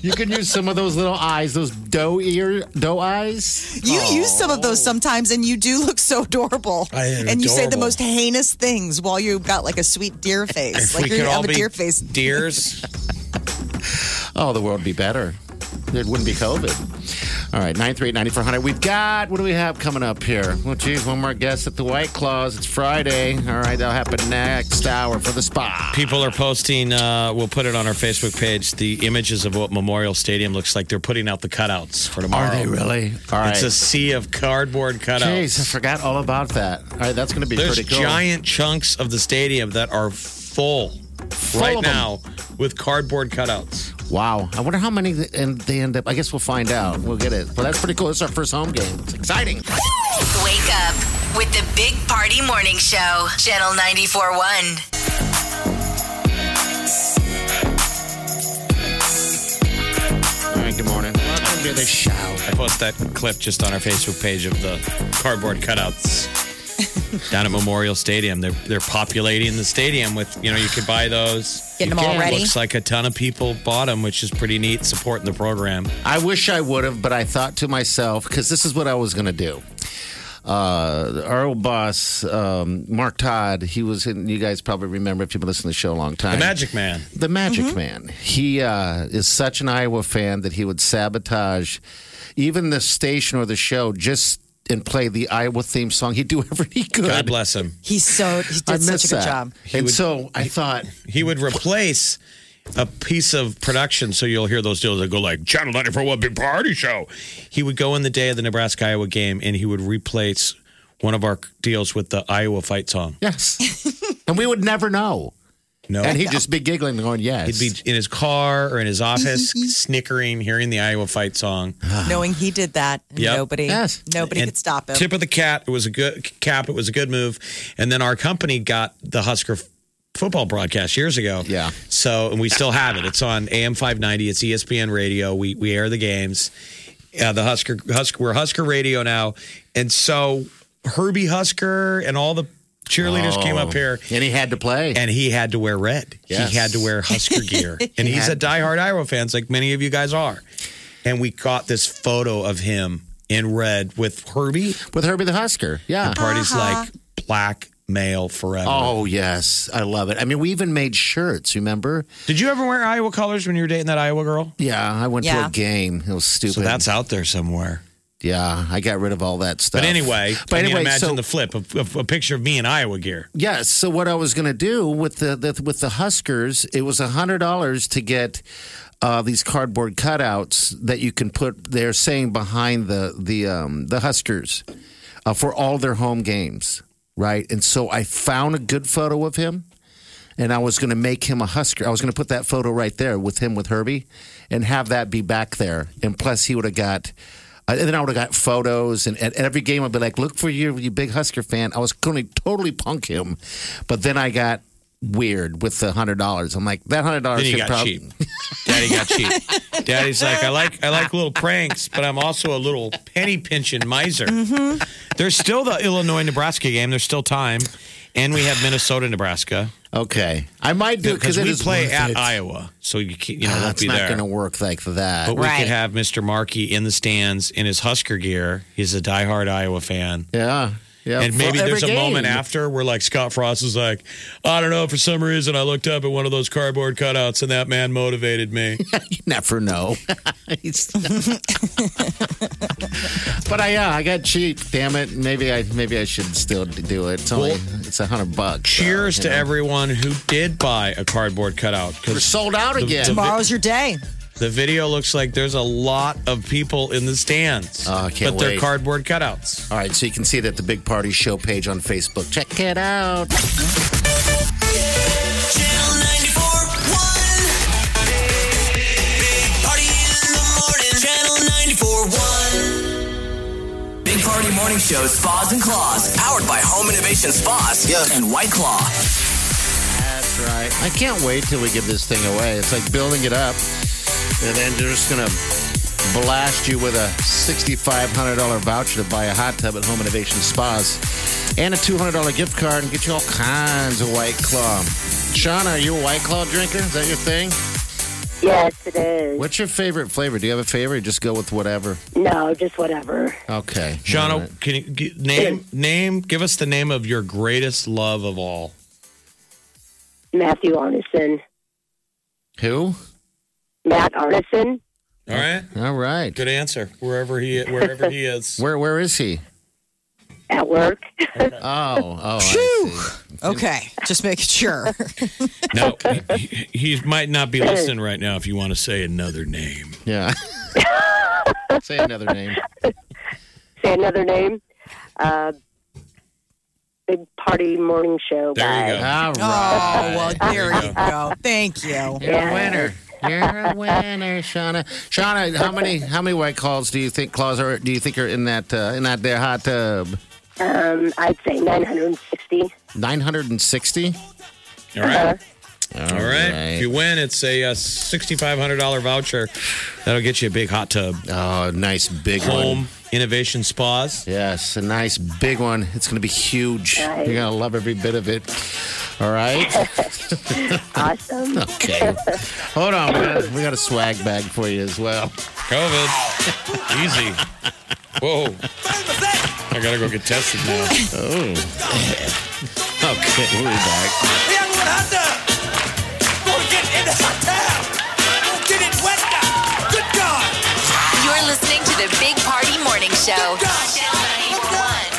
Speaker 1: You could use some of those little eyes, those doe ear, doe eyes.
Speaker 4: You use some of those sometimes, and you do look so adorable.
Speaker 2: I am
Speaker 4: and you say the
Speaker 2: adorable.
Speaker 4: most heinous things while you've got like a sweet
Speaker 1: [laughs]
Speaker 4: deer
Speaker 2: If
Speaker 4: face. like
Speaker 2: we
Speaker 4: you
Speaker 2: could all
Speaker 4: have a
Speaker 2: be
Speaker 4: deer face.
Speaker 2: deers.
Speaker 1: Oh, the world would be better. It wouldn't be COVID. All right, 938-9400. We've got, what do we have coming up here? Well, geez, one more guess at the White Claws. It's Friday. All right, that'll happen next hour for the spa.
Speaker 2: People are posting, uh, we'll put it on our Facebook page, the images of what Memorial Stadium looks like. They're putting out the cutouts for tomorrow.
Speaker 1: Are they really? All right.
Speaker 2: It's a sea of cardboard cutouts.
Speaker 1: Jeez, I forgot all about that. All right, that's going to be
Speaker 2: There's
Speaker 1: pretty cool.
Speaker 2: giant chunks of the stadium that are full, right
Speaker 1: of 'em.
Speaker 2: now with cardboard cutouts.
Speaker 1: Wow. I wonder how many th- and they end up. I guess we'll find out. We'll get it. But that's pretty cool. It's our first home game. It's exciting.
Speaker 13: Wake up with the Big Party Morning Show, Channel 941.
Speaker 1: All right, good morning. Welcome to the show. I
Speaker 2: post that clip just on our Facebook page of the cardboard
Speaker 4: [laughs]
Speaker 2: cutouts down at Memorial Stadium. They're they're populating the stadium with you know you could buy those.
Speaker 4: Getting them all
Speaker 2: It
Speaker 4: ready.
Speaker 2: Looks like a ton of people bought them, which is pretty neat. Supporting the program.
Speaker 1: I wish I would have, but I thought to myself, because this is what I was going to do. Uh, our old boss, um, Mark Todd, he was in, you guys probably remember if you've been listening to the show a long time.
Speaker 2: The Magic Mm-hmm. Man.
Speaker 1: The Magic Man. He uh, is such an Iowa fan that he would sabotage even the station or the show just and play the Iowa theme song. He'd do [laughs] whatever he could.
Speaker 2: God bless him.
Speaker 4: He's so he
Speaker 1: I
Speaker 4: did such
Speaker 1: miss
Speaker 4: a good
Speaker 1: that.
Speaker 4: job.
Speaker 1: and so I
Speaker 4: [laughs]
Speaker 1: thought,
Speaker 2: He would replace a piece of production, so you'll hear those deals that go like Channel 941 Big Party Show. He would go in the day of the Nebraska Iowa game and he would replace one of our deals with the Iowa fight song.
Speaker 1: yes. and we would never know.
Speaker 2: No.
Speaker 1: And he'd just be giggling and going, yes.
Speaker 2: He'd be in his car or in his office,
Speaker 4: Mm-hmm,
Speaker 2: snickering, hearing the Iowa fight song.
Speaker 4: Knowing he did that, and
Speaker 2: Yep.
Speaker 4: nobody,
Speaker 1: Yes.
Speaker 4: nobody
Speaker 2: And
Speaker 4: could stop him.
Speaker 2: Tip of the cat. It was a good cap. It was a good move. And then our company got the Husker f- football broadcast years ago. Yeah. So and we still have it. It's on AM five ninety. It's E ESPN radio. We we air the games. Uh, the Husker Husker we're Husker radio now. And so Herbie Husker and all the cheerleaders came
Speaker 1: Oh.
Speaker 2: up here.
Speaker 1: And he had to play.
Speaker 2: And he had to wear red.
Speaker 1: Yes.
Speaker 2: He had to
Speaker 1: [laughs]
Speaker 2: wear Husker gear. and he's a diehard Iowa fans, like many of you guys are. And we caught this photo of him in red with Herbie.
Speaker 1: With Herbie the Husker. Yeah.
Speaker 2: And parties like black male forever.
Speaker 1: Uh-huh. Oh, yes. I love it. I mean, we even made shirts, remember?
Speaker 2: Did you ever wear Iowa colors when you were dating that Iowa girl?
Speaker 1: Yeah, I went to
Speaker 2: Yeah.
Speaker 1: a game. It was stupid.
Speaker 2: So that's out there somewhere.
Speaker 1: Yeah, I got rid of all that stuff.
Speaker 2: But anyway,
Speaker 1: but
Speaker 2: I mean,
Speaker 1: anyway,
Speaker 2: imagine
Speaker 1: so
Speaker 2: the flip of, of a picture of me in Iowa gear.
Speaker 1: Yes. So what I was going to do with the, the with the Huskers, it was hundred dollars to get uh, these cardboard cutouts that you can put. They're saying behind the the um, the Huskers uh, for all their home games, right? And so I found a good photo of him. And I was going to make him a Husker. I was going to put that photo right there with him with Herbie, and have that be back there. And plus, he would have got, uh, and then I would have got photos. And at every game, I'd be like, "Look for you, you big Husker fan." I was going to totally punk him, but then I got weird with the hundred dollars. I'm like, that hundred dollars
Speaker 2: Then you
Speaker 1: should
Speaker 2: got
Speaker 1: probably
Speaker 2: cheap. Daddy got cheap. Daddy's like, I like I like little pranks, but I'm also a little penny pinching miser.
Speaker 1: Mm-hmm.
Speaker 2: There's still the Illinois Nebraska game. There's still time, and we have Minnesota Nebraska.
Speaker 1: Okay, I might do it
Speaker 2: because
Speaker 1: it
Speaker 2: we
Speaker 1: is
Speaker 2: play
Speaker 1: worth
Speaker 2: at
Speaker 1: it.
Speaker 2: Iowa, so you can't, you know
Speaker 1: Ah,
Speaker 2: won't
Speaker 1: it's
Speaker 2: be
Speaker 1: not
Speaker 2: there.
Speaker 1: going to work like that.
Speaker 2: But we could have Mr. Markey in the stands in his Husker gear. He's a diehard Iowa fan.
Speaker 1: Yeah. Yeah,
Speaker 2: and maybe
Speaker 1: for every
Speaker 2: there's a moment
Speaker 1: game.
Speaker 2: after where like Scott Frost is like, I don't know, for some reason I looked up at one of those cardboard cutouts and that man motivated me.
Speaker 1: you never know. [laughs]
Speaker 2: [laughs]
Speaker 1: He's- but I, yeah, I got cheap. Damn it. Maybe I maybe I should still do it. It's only it's a hundred bucks. so,
Speaker 2: Cheers
Speaker 1: you
Speaker 2: to
Speaker 1: know.
Speaker 2: everyone who did buy a cardboard cutout. 'cause
Speaker 1: We're sold out
Speaker 2: the-
Speaker 1: again.
Speaker 2: The, vi-
Speaker 4: Tomorrow's your day.
Speaker 2: the video looks like there's a lot of people in the stands.
Speaker 1: Oh, I can't
Speaker 2: but they're
Speaker 1: wait.
Speaker 2: cardboard cutouts.
Speaker 1: All right, so you can see it at the Big Party Show page on Facebook. Check it out.
Speaker 7: Channel 94.1. Big Party in the morning. Channel 94.1. Big Party Morning Show, Spas and Claws. Powered by Home Innovation Spas and White Claw.
Speaker 1: That's right. I can't wait till we give this thing away. It's like building it up, and then they're just gonna blast you with a sixty-five hundred dollar voucher to buy a hot tub at Home Innovation Spas, and a two hundred dollar gift card, and get you all kinds of White Claw. Shauna, are you a White Claw drinker? Is that your thing?
Speaker 15: Yes, it is.
Speaker 1: What's your favorite flavor? Do you have a favorite? Or just go with whatever.
Speaker 15: No, just whatever.
Speaker 1: Okay,
Speaker 2: Shauna, oh, can you g- name name? Give us the name of your greatest love of all.
Speaker 15: Matthew Arneson.
Speaker 1: Who?
Speaker 15: Matt Arneson.
Speaker 2: All right.
Speaker 1: All right.
Speaker 2: Good answer. Wherever he wherever he is.
Speaker 1: [laughs] Where where is he?
Speaker 15: At work. [laughs]
Speaker 1: Oh, oh.
Speaker 4: Okay, just making sure.
Speaker 2: No, he, he might not be listening right now if you want to say another name.
Speaker 1: Yeah. [laughs] say another name.
Speaker 15: Say another name. Uh, big party morning show.
Speaker 1: There you go. All right.
Speaker 4: [laughs] Oh, well, there you go. Thank you.
Speaker 1: You're a winner. You're a winner, Shauna. Shauna, how many how many white calls do you think claws are? Do you think are in that uh, in that there hot tub?
Speaker 15: Um, I'd say 960.
Speaker 1: Nine hundred and sixty.
Speaker 2: All right. All right. If you win, it's a uh, sixty-five hundred dollar voucher. That'll get you a big hot tub.
Speaker 1: Oh, nice big
Speaker 2: home
Speaker 1: one.
Speaker 2: innovation spas.
Speaker 1: Yes, a nice big one. It's going to be huge. You're going to love every bit of it. All right.
Speaker 15: awesome.
Speaker 1: Okay. Hold on, man. We got a swag bag for you as well. [laughs]
Speaker 2: COVID. Easy. Whoa. I gotta go get tested now.
Speaker 1: Oh. Okay, we'll be back.
Speaker 13: You're listening to the Big Party Morning Show. Channel 94.1.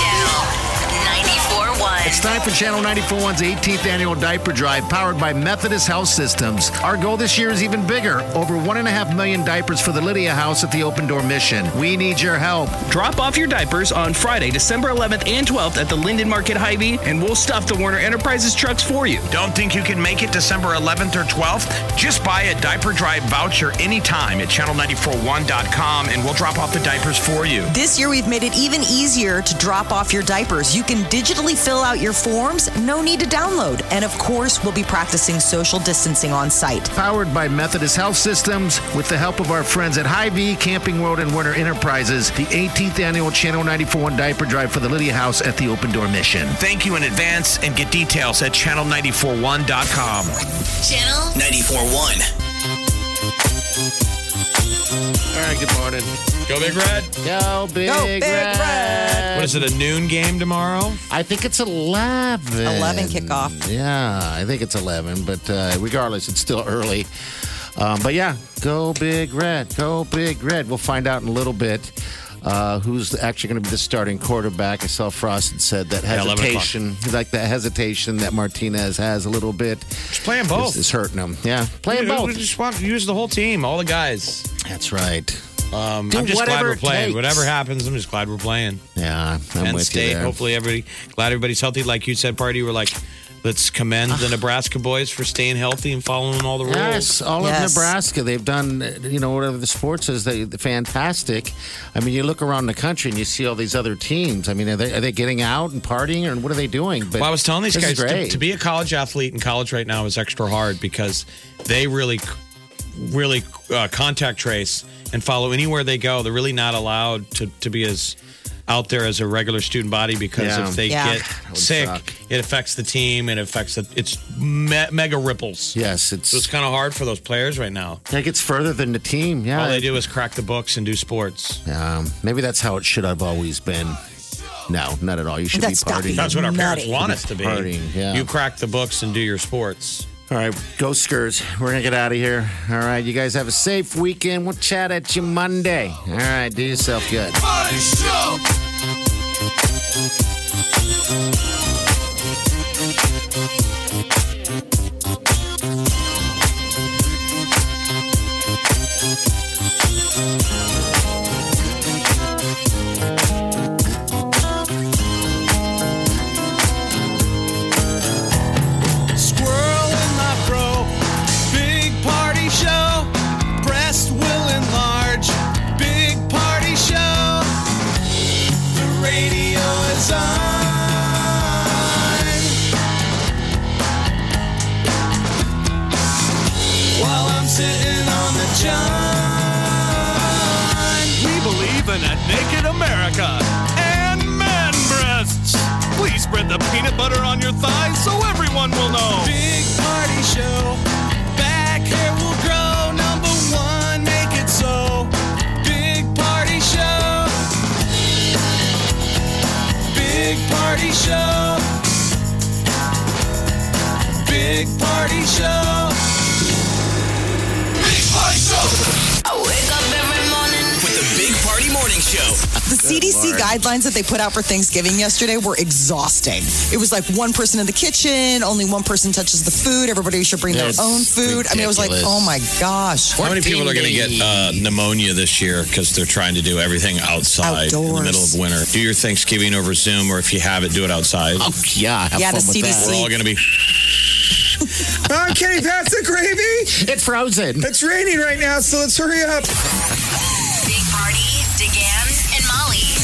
Speaker 13: Channel 94.1.
Speaker 1: It's time for Channel 941's 18th annual diaper drive powered by Methodist Health Systems. Our goal this year is even bigger over one and a half million diapers for the Lydia House at the Open Door Mission. We need your help.
Speaker 16: Drop off your diapers on Friday, December 11th and 12th at the Linden Market Hy-Vee, and we'll stuff the Warner Enterprises trucks for you.
Speaker 17: Don't think you can make it December 11th or 12th? Just buy a diaper drive voucher anytime at channel941.com and we'll drop off the diapers for you.
Speaker 4: This year, we've made it even easier to drop off your diapers. You can digitally fill out your forms, no need to download. And of course, we'll be practicing social distancing on site.
Speaker 1: Powered by Methodist Health Systems with the help of our friends at Hy-Vee, Camping World, and Werner Enterprises, the 18th annual Channel 941 diaper drive for the Lydia House at the Open Door Mission.
Speaker 17: Thank you in advance and get details at channel941.com.
Speaker 13: Channel
Speaker 7: 94.1.
Speaker 1: All right, good morning.
Speaker 2: Go Big Red.
Speaker 1: Go Big,
Speaker 2: Go Big
Speaker 1: Red.
Speaker 2: What is it? A noon game tomorrow?
Speaker 1: I think it's 11.
Speaker 2: 11
Speaker 1: kickoff. Yeah, I think it's 11, but uh, regardless, it's still early. Um, but yeah, go Big Red. Go Big Red. We'll find out in a little bit uh, who's actually going to be the starting quarterback. I saw Frost had said that
Speaker 2: Yeah, 11 o'clock.
Speaker 1: hesitation, like that hesitation that Martinez has a little bit. Just
Speaker 2: playing both.
Speaker 1: Is, is hurting him. Yeah, playing
Speaker 2: We-
Speaker 1: both.
Speaker 2: We just want to use the whole team, all the guys.
Speaker 1: That's right.
Speaker 2: Um,
Speaker 1: Do
Speaker 2: I'm just glad
Speaker 1: whatever
Speaker 2: we're
Speaker 1: it
Speaker 2: playing.
Speaker 1: takes.
Speaker 2: Whatever happens, I'm just glad we're playing.
Speaker 1: Yeah, I'm
Speaker 2: Penn
Speaker 1: with you
Speaker 2: State.
Speaker 1: there.
Speaker 2: Hopefully, everybody. Glad everybody's healthy. Like you said, party. We're like, let's commend the Nebraska boys for staying healthy and following all the rules.
Speaker 1: Yes, all of Nebraska. They've done, uh, you know, whatever the sports is, they they're fantastic. I mean, you look around the country and you see all these other teams. I mean, are they, are they getting out and partying, and what are they doing? But
Speaker 2: well, I was telling these
Speaker 1: this
Speaker 2: guys
Speaker 1: is
Speaker 2: to,
Speaker 1: great.
Speaker 2: to be a college athlete in college right now is extra hard because they really, really uh, contact trace and follow anywhere they go. They're really not allowed to, to be as out there as a regular student body because
Speaker 1: Yeah.
Speaker 2: if they
Speaker 1: Yeah. That
Speaker 2: get
Speaker 1: would
Speaker 2: sick,
Speaker 1: suck.
Speaker 2: it affects the team and it affects the, it's me- mega ripples.
Speaker 1: yes, it's
Speaker 2: So it's kind of hard for those players right now.
Speaker 1: it gets further than the team. Yeah,
Speaker 2: All they do is crack the books and do sports.
Speaker 1: Um, maybe that's how it should have always been. No, not at all. You should
Speaker 2: That's
Speaker 1: be
Speaker 2: got to
Speaker 1: partying.
Speaker 2: be That's what our parents nutty. want us to be.
Speaker 1: Partying, yeah.
Speaker 2: You crack the books and do your sports.
Speaker 1: all right, go Skurs. We're gonna get out of here. All right, you guys have a safe weekend. We'll chat at you Monday. All right, do yourself good.
Speaker 18: Squirrel in my bro. Big party show. Breast will enlarge. Big party show. The radio is on. While I'm sitting on the john. We believe in a naked America and man breasts. Please spread the peanut butter on your thighs so everyone will know. Big party show. Back hair will grow. Number one, make it so. Big party show. Big party show. Big party show. Big party
Speaker 7: Show.
Speaker 4: The CDC guidelines that they put out for Thanksgiving yesterday were exhausting. It was like one person in the kitchen, only one person touches the food, everybody should bring
Speaker 2: That's
Speaker 4: their own food. I mean, it was like,
Speaker 2: ridiculous.
Speaker 4: oh my gosh.
Speaker 2: How many people are going to get uh, pneumonia this year because they're trying to do everything outside in the
Speaker 4: Outdoors.
Speaker 2: middle of winter? Do your Thanksgiving over Zoom, or if you have it, do it outside. Oh
Speaker 1: yeah,
Speaker 4: have Yeah, the fun with that. CDC.
Speaker 2: We're all going to be.
Speaker 19: Uh, Kenny, pass the gravy.
Speaker 1: It's frozen.
Speaker 19: It's raining right now, so let's hurry up.
Speaker 13: Big Party, DeGan, and Molly.